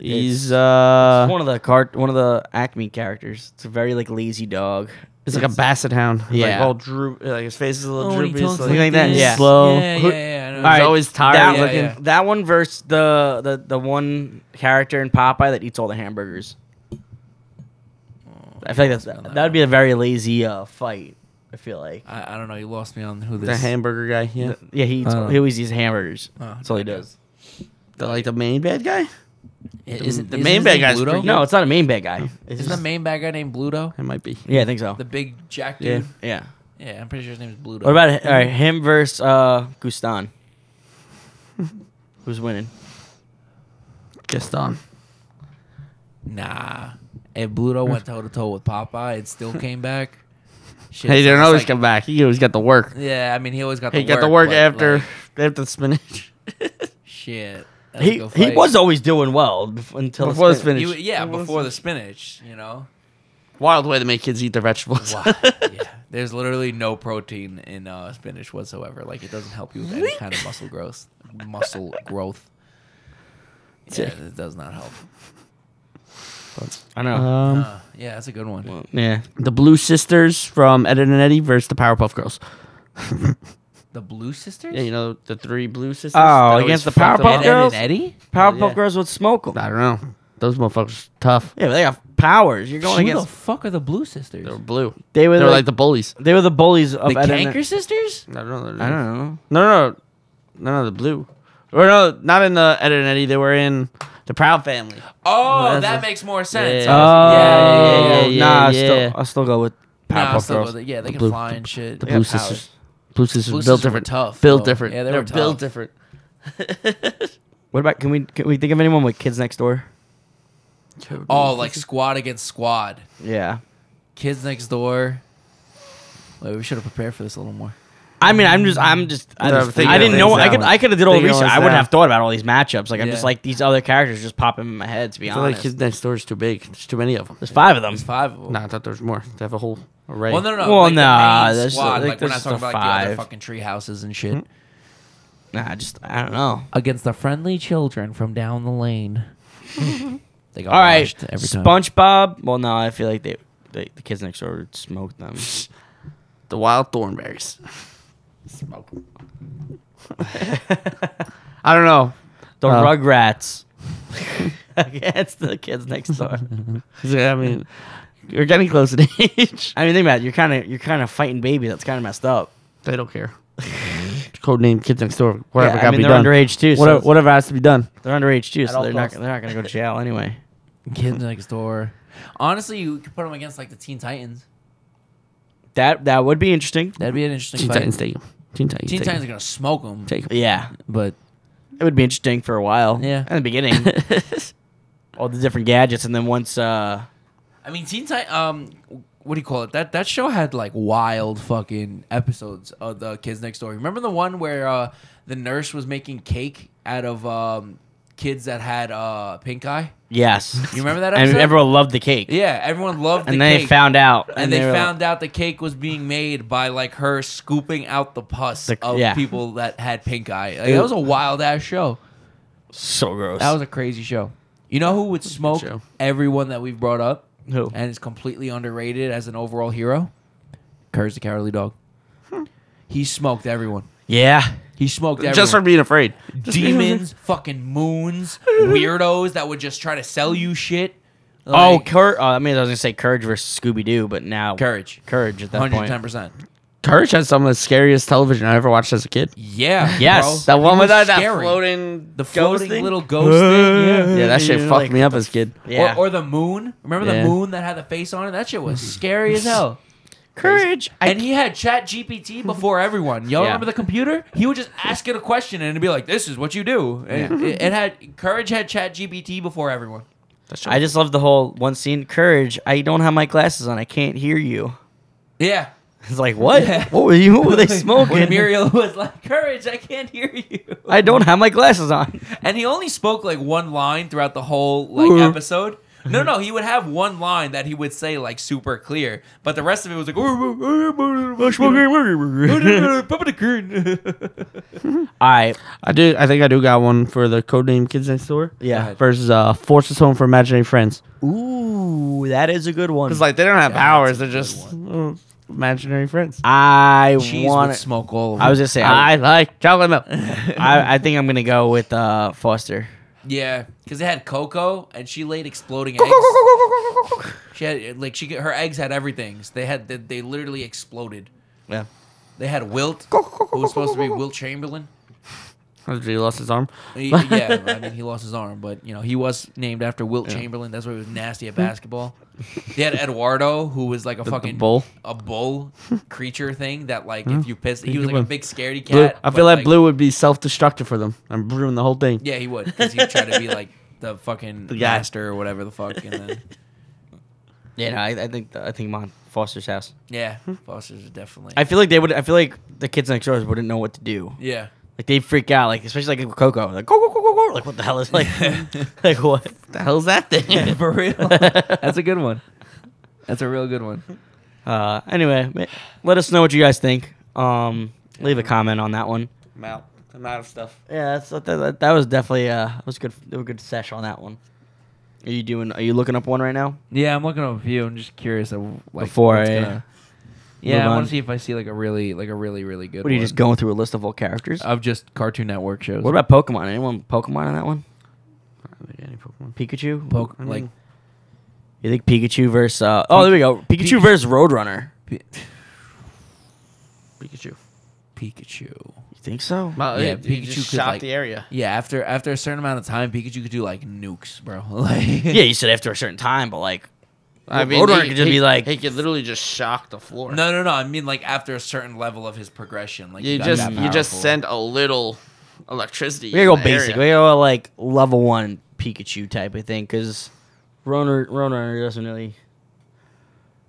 Speaker 4: He's uh,
Speaker 1: It's one of the cart one of the Acme characters. It's a very like lazy dog.
Speaker 4: It's like a basset hound. Yeah. Like
Speaker 1: Yeah.
Speaker 4: all droop. Like his face is a little
Speaker 3: Oh, when he
Speaker 4: droopy. It's
Speaker 3: talks
Speaker 4: like,
Speaker 1: Something like that.
Speaker 3: this.
Speaker 1: Yeah.
Speaker 4: Slow.
Speaker 3: Yeah, yeah,
Speaker 4: Who-
Speaker 3: yeah. I know.
Speaker 4: He's always tired
Speaker 1: that,
Speaker 4: looking.
Speaker 3: Yeah, yeah.
Speaker 1: That one versus the, the the one character in Popeye that eats all the hamburgers. I feel like that's
Speaker 3: on
Speaker 1: that
Speaker 3: that
Speaker 1: would be a very lazy uh, fight. I feel like.
Speaker 3: I, I don't know. You lost me on who this.
Speaker 4: The hamburger guy. Yeah. The,
Speaker 1: Yeah, he eats,
Speaker 3: I don't
Speaker 1: he always eats hamburgers.
Speaker 3: Oh,
Speaker 1: That's all he does.
Speaker 4: like the main bad guy.
Speaker 3: Isn't
Speaker 4: the
Speaker 3: isn't
Speaker 4: main
Speaker 3: his
Speaker 4: bad
Speaker 3: name
Speaker 4: guy's
Speaker 3: Bluto?
Speaker 4: pretty
Speaker 1: No, it's not a main bad guy. It's
Speaker 3: Isn't
Speaker 1: just-
Speaker 3: the main bad guy named Bluto?
Speaker 4: It might be.
Speaker 1: yeah, I think so.
Speaker 3: The big jack dude.
Speaker 1: Yeah.
Speaker 3: Yeah, I'm pretty sure his name is Bluto.
Speaker 1: What about all right, him versus uh, Gustan? Who's winning?
Speaker 4: Just on.
Speaker 3: Nah. If Bluto went toe to toe with Popeye and still came back. Shit,
Speaker 4: Hey,
Speaker 3: it's
Speaker 4: don't always
Speaker 3: like-
Speaker 4: come back. He always got the work.
Speaker 3: Yeah, I mean, he always got the
Speaker 4: He
Speaker 3: work.
Speaker 4: got the work
Speaker 3: but,
Speaker 4: after
Speaker 3: like,
Speaker 4: after the spinach.
Speaker 3: shit. That's a
Speaker 1: He
Speaker 3: good
Speaker 1: he
Speaker 3: fight.
Speaker 1: was always doing well bef- until
Speaker 4: Before the
Speaker 1: spin-
Speaker 4: spinach.
Speaker 3: He wa- yeah, before the spinach, you know?
Speaker 4: Wild way to make kids eat their vegetables.
Speaker 3: Wow. yeah. There's literally no protein in uh, spinach whatsoever. Like, it doesn't help you with any kind of muscle growth. Muscle growth. Yeah, it does not help.
Speaker 1: I know.
Speaker 4: um,
Speaker 3: Uh, yeah, that's a good one.
Speaker 1: yeah.
Speaker 4: the Blue Sisters from Ed Edd and Eddie versus the Powerpuff Girls.
Speaker 3: The Blue Sisters?
Speaker 4: Yeah, you know the three Blue Sisters.
Speaker 1: Oh,
Speaker 4: that
Speaker 1: against
Speaker 4: always
Speaker 1: the
Speaker 4: fucked them
Speaker 1: Powerpuff
Speaker 3: Ed,
Speaker 4: up?
Speaker 3: Edd,
Speaker 1: Girls?
Speaker 3: and Eddie?
Speaker 1: Powerpuff
Speaker 4: yeah.
Speaker 1: Girls would smoke him.
Speaker 4: I don't know. Those motherfuckers tough.
Speaker 1: Yeah, but they got powers. You're
Speaker 3: Who
Speaker 1: going
Speaker 3: the
Speaker 1: against.
Speaker 3: fuck are the Blue Sisters?
Speaker 4: They were blue.
Speaker 1: they were
Speaker 4: They were
Speaker 1: like,
Speaker 4: like the bullies.
Speaker 1: they were the bullies of
Speaker 3: the
Speaker 1: Ed and-
Speaker 3: Canker Sisters?
Speaker 4: I don't know.
Speaker 1: I don't know.
Speaker 4: No, no, no, no, no, the blue. Or no, not in the Ed and Eddie. They were in The Proud Family.
Speaker 3: Oh,
Speaker 4: That's
Speaker 3: that
Speaker 4: a-
Speaker 3: makes more sense.
Speaker 4: Yeah.
Speaker 3: I was- yeah, yeah, yeah.
Speaker 4: yeah,
Speaker 1: Oh, nah, I
Speaker 4: yeah.
Speaker 1: still I still go with
Speaker 3: Nah, I'll
Speaker 1: Powerpuff
Speaker 3: still go
Speaker 1: Girls.
Speaker 3: with it. yeah, they can
Speaker 4: blue-
Speaker 3: fly and shit.
Speaker 4: The
Speaker 3: They
Speaker 4: Blue
Speaker 3: got powers.
Speaker 4: Sisters. Blue Sisters
Speaker 3: Blue
Speaker 4: built
Speaker 3: Sisters were
Speaker 4: different.
Speaker 3: tough,
Speaker 4: built
Speaker 3: though.
Speaker 4: different.
Speaker 3: Yeah, they
Speaker 4: They're
Speaker 3: were tough.
Speaker 4: built different.
Speaker 1: What about can we can we think of anyone with Kids Next Door?
Speaker 3: Oh, like squad against squad.
Speaker 1: Yeah.
Speaker 3: Kids next door. Wait, we should have prepared for this a little more.
Speaker 1: I mean, I'm just, I'm just, I,
Speaker 5: Yeah,
Speaker 1: just,
Speaker 5: think
Speaker 1: I
Speaker 5: of
Speaker 1: didn't
Speaker 5: things
Speaker 1: know. I
Speaker 5: that
Speaker 1: could,
Speaker 5: way.
Speaker 1: I could have did all
Speaker 5: Think of
Speaker 1: research.
Speaker 5: things
Speaker 1: I would
Speaker 5: that-
Speaker 1: have thought about all these matchups. Like, I'm
Speaker 3: Yeah.
Speaker 1: just like these other characters just popping in my head. To be
Speaker 4: I feel like
Speaker 1: honest,
Speaker 4: Kids Next Door is too big. There's too many of them.
Speaker 1: there's five of them.
Speaker 3: It's five of them.
Speaker 4: Nah, I thought there was more. They have a whole array.
Speaker 3: Well, no, no, no.
Speaker 1: Well,
Speaker 3: like the
Speaker 1: nah,
Speaker 3: main
Speaker 1: there's-
Speaker 3: squad.
Speaker 1: like,
Speaker 3: Like, we're not
Speaker 1: there's
Speaker 3: talking
Speaker 1: the
Speaker 3: about like, the other
Speaker 1: five. Hmm?
Speaker 3: fucking tree houses and shit.
Speaker 1: Nah, just, I don't know.
Speaker 3: Against the friendly children from down the lane. they got
Speaker 1: All right,
Speaker 3: washed every time.
Speaker 1: SpongeBob. Well, no, I feel like they, they the Kids Next Door would smoke them.
Speaker 4: The Wild Thornberries. Smoke. 'em. I don't know.
Speaker 1: The
Speaker 4: Uh,
Speaker 1: Rugrats against the Kids Next Door.
Speaker 4: I mean, you're getting close in age.
Speaker 1: I mean, think about it. You're kind of, you're kind of fighting baby. That's kind of messed up.
Speaker 4: They don't care. Codename Kids Next Door. Whatever
Speaker 1: Yeah,
Speaker 4: got
Speaker 1: I mean,
Speaker 4: be
Speaker 1: they're
Speaker 4: done.
Speaker 1: underage too. So
Speaker 4: whatever,
Speaker 1: it's-
Speaker 4: whatever has to be done.
Speaker 1: They're underage too, so
Speaker 4: all
Speaker 1: they're not,
Speaker 4: costs.
Speaker 1: they're not gonna go to jail anyway.
Speaker 3: Kids next door. Honestly, you could put them against like the Teen Titans.
Speaker 1: That, that would be interesting.
Speaker 3: That'd be an interesting
Speaker 4: Teen
Speaker 3: fight.
Speaker 4: Titans take 'em. Teen Titans.
Speaker 3: Teen
Speaker 4: take 'em.
Speaker 3: Titans are gonna smoke them.
Speaker 4: Take 'em.
Speaker 1: Yeah,
Speaker 3: But
Speaker 1: it would be interesting for a while.
Speaker 3: Yeah.
Speaker 1: in the beginning. all the different gadgets, and then once uh,
Speaker 3: I mean, Teen Titan. Um, what do you call it? That that show had like wild fucking episodes of the Kids Next Door. Remember the one where uh, the nurse was making cake out of um, kids that had uh, pink eye?
Speaker 1: yes,
Speaker 3: You remember that
Speaker 1: and
Speaker 3: episode?
Speaker 1: everyone loved the cake.
Speaker 3: yeah, everyone loved.
Speaker 1: and
Speaker 3: the
Speaker 1: they
Speaker 3: cake.
Speaker 1: found out,
Speaker 3: And, they,
Speaker 1: were
Speaker 3: found out the cake was being made by like her scooping out the pus
Speaker 1: The-
Speaker 3: of
Speaker 1: yeah.
Speaker 3: people that had pink eye. Like, that was a wild ass show.
Speaker 1: like, so gross.
Speaker 3: That was a crazy show. You know who would smoke
Speaker 4: show.
Speaker 3: everyone that we've brought up?
Speaker 1: Who?
Speaker 3: And is completely underrated as an overall hero? Courage the Cowardly Dog. he smoked everyone.
Speaker 1: yeah,
Speaker 3: He smoked everyone.
Speaker 4: Hmm. Just for being afraid.
Speaker 3: demons, fucking moons, weirdos that would just try to sell you shit.
Speaker 1: Oh,
Speaker 3: Like,
Speaker 1: Cour- uh, I mean, I was gonna say Courage versus Scooby Doo, but now
Speaker 3: Courage.
Speaker 1: Courage at that point.
Speaker 3: 110%.
Speaker 4: Courage had some of the scariest television I ever watched as a kid.
Speaker 3: Yeah.
Speaker 1: Yes,
Speaker 3: bro.
Speaker 4: That one
Speaker 3: He
Speaker 4: with
Speaker 3: was
Speaker 4: that, that
Speaker 3: scary.
Speaker 4: floating,
Speaker 3: The floating
Speaker 4: ghost thing?
Speaker 3: little ghost thing. Yeah.
Speaker 4: Yeah, that shit
Speaker 1: You're
Speaker 4: fucked
Speaker 1: like,
Speaker 4: me up as a kid.
Speaker 1: Yeah,
Speaker 3: Or, or the moon. Remember
Speaker 4: Yeah.
Speaker 3: the moon that had the face on it? That shit was scary as hell.
Speaker 1: Courage.
Speaker 3: and he had Chat GPT before everyone. Y'all
Speaker 1: Yeah.
Speaker 3: remember the computer? He would just ask it a question and it'd be like, "This is what you do." And it, it had Courage had Chat GPT before everyone.
Speaker 1: I just love the whole one scene. Courage. I don't have my glasses on. I can't hear you.
Speaker 3: Yeah,
Speaker 1: It's like what?
Speaker 3: Yeah.
Speaker 1: What were you? What were they
Speaker 3: when
Speaker 1: smoking?
Speaker 3: Muriel was like, "Courage, I can't hear you,"
Speaker 1: I don't have my glasses on.
Speaker 3: and he only spoke like one line throughout the whole like episode. No, no, he would have one line that he would say like super clear, but the rest of it was like.
Speaker 1: All right.
Speaker 4: I do. I think I do got one for the codename Kids Next Door.
Speaker 1: Yeah.
Speaker 4: Versus uh, Forces Home for Imaginary Friends.
Speaker 1: Ooh, that is a good one.
Speaker 4: It's like they don't have powers. They're just uh, imaginary friends.
Speaker 1: I
Speaker 3: Cheese would
Speaker 1: want.
Speaker 3: smoke all of
Speaker 1: I
Speaker 3: them.
Speaker 1: was gonna say. I,
Speaker 4: I like chocolate milk.
Speaker 1: I, I think I'm gonna go with uh, Foster.
Speaker 3: Yeah, because it had Coco, and she laid exploding eggs. She had like she her eggs had everything. They had they, they literally exploded.
Speaker 1: Yeah.
Speaker 3: They had Wilt, who was supposed to be Wilt Chamberlain.
Speaker 4: he lost his arm.
Speaker 3: He- yeah, I mean he lost his arm, but you know he was named after Wilt Chamberlain. That's why he was nasty at basketball. They had Eduardo, who was like a fucking
Speaker 4: bull?
Speaker 3: a bull creature thing that like if you pissed, he was like a big scaredy
Speaker 4: Blue,
Speaker 3: cat.
Speaker 4: I
Speaker 3: but,
Speaker 4: feel like, Blue would be self-destructive for them. I'm ruining the whole thing.
Speaker 3: Yeah, he would because he'd try to be like the fucking
Speaker 4: guy.
Speaker 3: master or whatever the fuck, and then.
Speaker 1: Yeah, no, I, I think I think Mon Foster's house.
Speaker 3: Yeah, Foster's is definitely.
Speaker 1: I feel like they would. I feel like the kids next doors wouldn't know what to do.
Speaker 3: yeah.
Speaker 1: Like they freak out. Like especially like with Coco. Like go go go go go. Like what the hell is like like what?
Speaker 4: What the hell's that thing?
Speaker 3: For real. That's a good one. That's a real good one.
Speaker 1: Uh, anyway, ma- let us know what you guys think. Um, leave a comment on that one.
Speaker 4: I'm out. I'm out of stuff.
Speaker 1: Yeah, that's, that, that, that was definitely uh, that was good. A good sesh on that one. Are you doing? Are you looking up one right now?
Speaker 3: Yeah, I'm looking over you. I'm just curious of like
Speaker 1: Before
Speaker 3: what's
Speaker 1: I
Speaker 3: gonna- yeah,
Speaker 1: move
Speaker 3: I want
Speaker 1: on.
Speaker 3: to see if I see like a really like a really really good.
Speaker 1: What are you
Speaker 3: one. Uh,
Speaker 1: just going through a list of all characters?
Speaker 3: of just Cartoon Network shows?
Speaker 1: what about Pokemon? Anyone Pokemon on that one?
Speaker 4: Any Pokemon?
Speaker 1: Pikachu.
Speaker 3: Poke,
Speaker 4: I
Speaker 3: like?
Speaker 4: mean-
Speaker 1: you think Pikachu versus? Uh, oh, there we go. Pikachu
Speaker 3: Pikachu.
Speaker 1: versus Roadrunner.
Speaker 3: Pi-
Speaker 4: Pikachu.
Speaker 3: Pikachu.
Speaker 5: think so?
Speaker 4: My,
Speaker 3: Yeah,
Speaker 4: yeah, Pikachu
Speaker 3: Pikachu
Speaker 4: just
Speaker 3: could,
Speaker 4: shot
Speaker 3: like-
Speaker 4: the area.
Speaker 3: Yeah, after after a certain amount of time, Pikachu could do like nukes, bro. Like
Speaker 1: Yeah, you said after a certain time, but like,
Speaker 4: I mean,
Speaker 1: Roadrunner
Speaker 4: he-
Speaker 1: could just
Speaker 4: he-
Speaker 1: be like-
Speaker 4: he could literally just shock the floor.
Speaker 3: No, no, no. I mean like after a certain level of his progression, like
Speaker 4: you
Speaker 3: he got
Speaker 4: just
Speaker 3: that
Speaker 4: you just
Speaker 3: powerful.
Speaker 4: send a little electricity.
Speaker 1: we
Speaker 4: in
Speaker 1: gotta go
Speaker 4: the
Speaker 1: basic.
Speaker 4: area.
Speaker 1: We gotta go like level one Pikachu type of thing, because Roadrunner, Roadrunner doesn't really.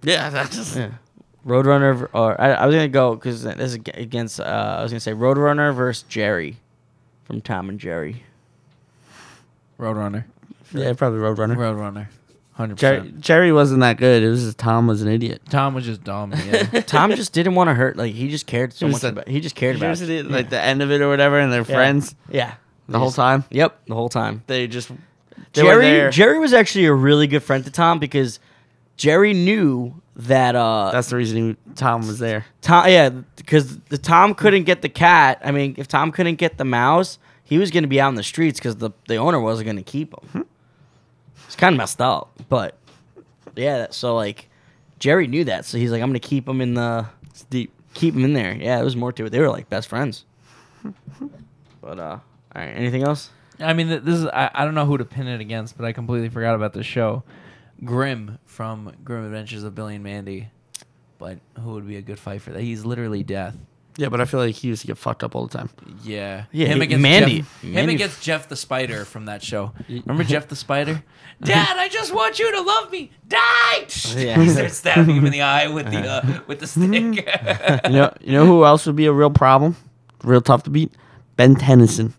Speaker 4: Yeah, that's just
Speaker 1: Yeah. Roadrunner, v- or I, I was gonna go because this is ag- against. Uh, I was gonna say Roadrunner versus Jerry from Tom and Jerry.
Speaker 3: Roadrunner,
Speaker 5: Yeah, probably Roadrunner.
Speaker 3: Roadrunner, hundred
Speaker 5: Jerry,
Speaker 3: percent.
Speaker 5: Jerry wasn't that good. It was just Tom was an idiot.
Speaker 3: Tom was just dumb. Yeah.
Speaker 1: Tom just didn't want to hurt. Like he just cared so
Speaker 4: He
Speaker 1: much
Speaker 4: was a-
Speaker 1: about. He just cared about.
Speaker 4: Usually, like the end of it or whatever, and they're
Speaker 1: Yeah.
Speaker 4: friends
Speaker 1: Yeah.
Speaker 4: the whole time.
Speaker 1: Yep. The whole time.
Speaker 4: They just they were
Speaker 1: Jerry
Speaker 4: there.
Speaker 1: Jerry was actually a really good friend to Tom because Jerry knew that uh
Speaker 4: That's the reason he, Tom was there.
Speaker 1: Tom yeah because the Tom couldn't get the cat. I mean, if Tom couldn't get the mouse, he was going to be out in the streets because the the owner wasn't going to keep
Speaker 5: Hmm.
Speaker 1: him. It's kind of messed up, but yeah. that- So like, Jerry knew that, so he's like, I'm going to keep him in the
Speaker 5: It's deep.
Speaker 1: keep him in there. Yeah, it was more to it. They were like best friends. But uh, all right. Anything else?
Speaker 3: I mean, th- this is I, I don't know who to pin it against, but I completely forgot about the show. Grim from Grim Adventures of Billy and Mandy, but who would be a good fight for that? He's literally death.
Speaker 4: Yeah, but I feel like he used to get fucked up all the time.
Speaker 3: Yeah,
Speaker 1: Yeah,
Speaker 3: Him
Speaker 1: he-
Speaker 3: against
Speaker 1: Mandy-
Speaker 3: Jeff, him
Speaker 1: Mandy-
Speaker 3: against Jeff the Spider from that show. Remember Jeff the Spider? Dad, I just want you to love me. Die!
Speaker 1: Oh, Yeah. Uh-huh.
Speaker 3: he starts stabbing him in the eye with the uh, with the stick.
Speaker 5: You know, you know who else would be a real problem? Real tough to beat? Ben Tennyson.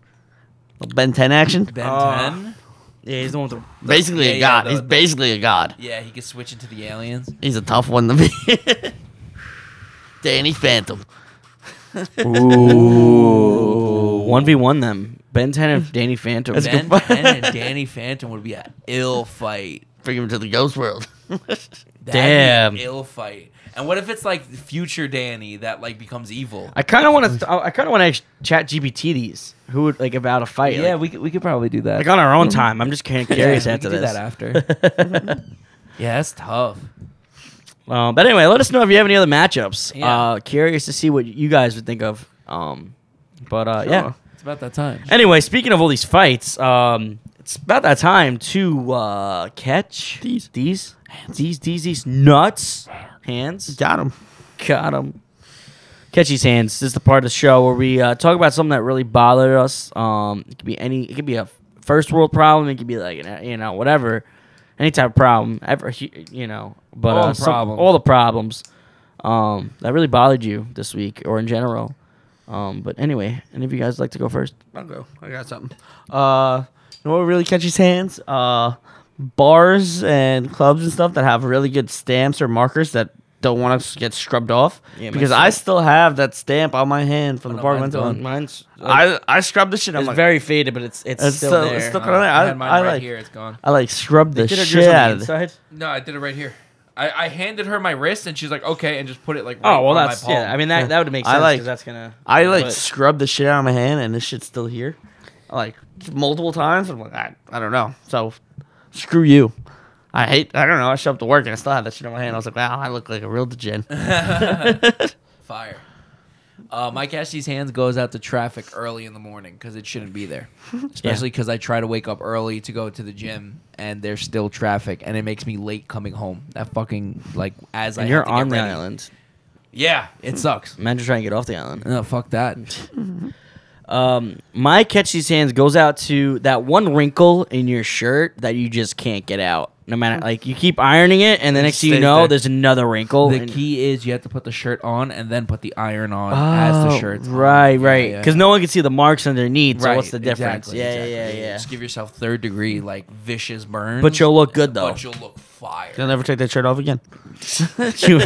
Speaker 5: Little Ben 10 action.
Speaker 3: ben
Speaker 1: Uh,
Speaker 3: 10.
Speaker 1: Yeah, he's the one with the
Speaker 4: Basically
Speaker 3: Yeah,
Speaker 4: a
Speaker 3: yeah,
Speaker 4: god.
Speaker 3: the-
Speaker 4: He's
Speaker 3: the-
Speaker 4: basically a god.
Speaker 3: Yeah, he could switch into the aliens.
Speaker 4: He's a tough one to beat. Danny Phantom.
Speaker 1: One v one them. Ben Ten and Danny Phantom.
Speaker 3: ben 10 and Danny Phantom would be an ill fight.
Speaker 4: Bring him to the ghost world.
Speaker 3: That'd be an
Speaker 1: Damn.
Speaker 3: ill fight. And what if it's like future Danny that like becomes evil?
Speaker 1: I kind of want to. I kind of want to chat GPT these. Who would like about a fight? like,
Speaker 3: we could, we could probably do that.
Speaker 1: like on our own time. I'm just kind of curious
Speaker 3: we
Speaker 1: after
Speaker 3: could do
Speaker 1: this.
Speaker 3: that after. yeah, that's tough.
Speaker 1: Um, but anyway, let us know if you have any other matchups.
Speaker 3: Yeah.
Speaker 1: Uh, curious to see what you guys would think of. Um, but uh, yeah.
Speaker 3: It's about that time.
Speaker 1: Anyway, speaking of all these fights, um, it's about that time to uh, catch these these these these these nuts hands.
Speaker 5: Got him.
Speaker 1: Got him. Catch these hands. This is the part of the show where we uh, talk about something that really bothered us. Um, it could be any. It could be a first world problem. It could be like an- you know whatever, any type of problem ever. You know, but
Speaker 3: All
Speaker 1: uh,
Speaker 3: the
Speaker 1: some-
Speaker 3: problems.
Speaker 1: all the problems um, that really bothered you this week or in general. Um, but anyway, any of you guys like to go first?
Speaker 5: I'll go. I got something. Uh, you know what really catches hands? Uh, bars and clubs and stuff that have really good stamps or markers that don't want to get scrubbed off.
Speaker 1: Yeah,
Speaker 5: because
Speaker 1: makes
Speaker 5: I
Speaker 1: sense.
Speaker 5: still have that stamp on my hand from the
Speaker 3: no,
Speaker 5: bar
Speaker 3: mine's
Speaker 5: rental.
Speaker 3: gone.
Speaker 1: Mine's
Speaker 4: uh,
Speaker 1: I,
Speaker 5: I I scrubbed the shit. I'm
Speaker 1: it's
Speaker 5: like,
Speaker 1: very faded, but it's it's,
Speaker 5: It's
Speaker 1: still,
Speaker 5: still-
Speaker 1: there.
Speaker 5: it's
Speaker 3: Uh,
Speaker 5: still- I- I-
Speaker 3: had mine
Speaker 5: I
Speaker 3: right
Speaker 5: like-
Speaker 3: here. It's gone.
Speaker 5: I like scrubbed the shit out of it.
Speaker 3: No, I did it right here. I, I handed her my wrist, and she's like, "Okay," and just put it like. Right
Speaker 1: Oh well,
Speaker 3: on my
Speaker 1: that's
Speaker 3: palm.
Speaker 1: yeah. I mean that that would make
Speaker 5: I
Speaker 1: sense
Speaker 5: like-
Speaker 1: because that's gonna.
Speaker 5: I like
Speaker 1: but-
Speaker 5: scrubbed the shit out of my hand, and this shit's still here, like multiple times. I'm like, I, I don't know. So, screw you. I hate. I don't know. I showed up to work and I still had that shit on my hand. I was like, wow, I look like a real degen.
Speaker 3: Fire. Uh, my catch these hands goes out to traffic early in the morning because it shouldn't be there. Especially because I try to wake up early to go to the gym and there's still traffic and it makes me late coming home. That fucking like as
Speaker 1: And
Speaker 3: I
Speaker 1: you're
Speaker 3: have to get
Speaker 1: on the
Speaker 3: ready.
Speaker 1: island.
Speaker 3: Yeah, it sucks.
Speaker 1: Imagine trying to get off the island.
Speaker 3: No, fuck that.
Speaker 1: Um, my catch these hands goes out to that one wrinkle in your shirt that you just can't get out. No matter like you keep ironing it, and the next thing you
Speaker 5: stays
Speaker 1: know,
Speaker 5: there.
Speaker 1: there's another wrinkle.
Speaker 3: The
Speaker 1: and-
Speaker 3: key is you have to put the shirt on and then put the iron on as the
Speaker 1: Oh,
Speaker 3: shirt's on.
Speaker 1: Right,
Speaker 3: Yeah,
Speaker 1: right.
Speaker 3: yeah.
Speaker 1: Because no one can see the marks underneath. So what's the
Speaker 3: Right,
Speaker 1: difference?
Speaker 3: exactly,
Speaker 1: yeah,
Speaker 3: exactly.
Speaker 1: yeah, yeah,
Speaker 3: Just give yourself third degree like vicious burn.
Speaker 1: But you'll look good though.
Speaker 3: But you'll look fire.
Speaker 5: You'll never take that shirt off again.
Speaker 1: You-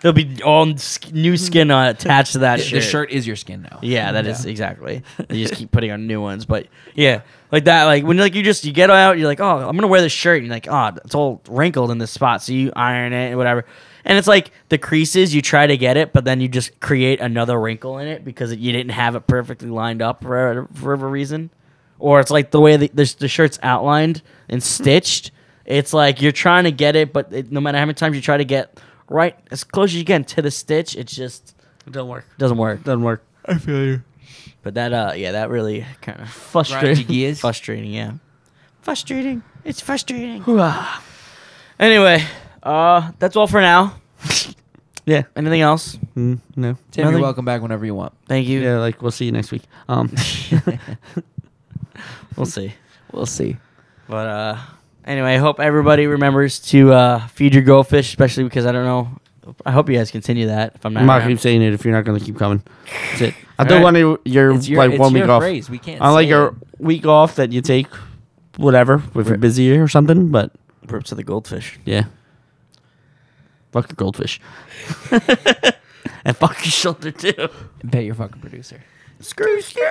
Speaker 1: There'll be all sk- new skin uh, attached to that
Speaker 3: The-
Speaker 1: shirt.
Speaker 3: The shirt is your skin now.
Speaker 1: Yeah, that is exactly. You just keep putting on new ones, but yeah, like that. Like when like you just you get out, you're like, oh, I'm gonna wear this shirt, and you're like, oh, it's all wrinkled in this spot, so you iron it and whatever. And it's like the creases, you try to get it, but then you just create another wrinkle in it because you didn't have it perfectly lined up for for whatever reason. Or it's like the way the, the, the shirt's outlined and stitched. It's like you're trying to get it, but it, no matter how many times you try to get right as close as you can to the stitch, it just
Speaker 5: Don't work.
Speaker 1: doesn't work.
Speaker 5: Doesn't work.
Speaker 3: I feel you.
Speaker 1: But that, uh, yeah, that really kind of
Speaker 4: Frustrating.
Speaker 1: years. Frustrating, yeah. Frustrating. It's frustrating. anyway, uh, that's all for now.
Speaker 4: Yeah.
Speaker 1: Anything else?
Speaker 4: Mm, no.
Speaker 3: Tim, you're
Speaker 1: Nothing.
Speaker 3: welcome back whenever you want.
Speaker 1: Thank you.
Speaker 4: Yeah, like we'll see you next week. Um,
Speaker 1: We'll see.
Speaker 3: We'll see.
Speaker 1: But uh, anyway, I hope everybody remembers to uh, feed your goldfish, especially because I don't know. I hope you guys continue that. If I'm not,
Speaker 4: I'm not
Speaker 1: around.
Speaker 4: gonna keep saying it if you're not gonna keep coming. That's it. I
Speaker 3: All
Speaker 4: don't
Speaker 3: right.
Speaker 4: want to. You're
Speaker 3: It's your,
Speaker 4: like
Speaker 3: it's
Speaker 4: one week
Speaker 3: your
Speaker 4: off.
Speaker 3: phrase. We can't.
Speaker 4: I like
Speaker 3: say
Speaker 4: your
Speaker 3: it.
Speaker 4: week off that you take, whatever, if you're busy or something. But
Speaker 1: Rips of the goldfish.
Speaker 4: yeah, fuck your goldfish, and fuck your shoulder too.
Speaker 3: Bet your fucking producer.
Speaker 1: Screw, screw.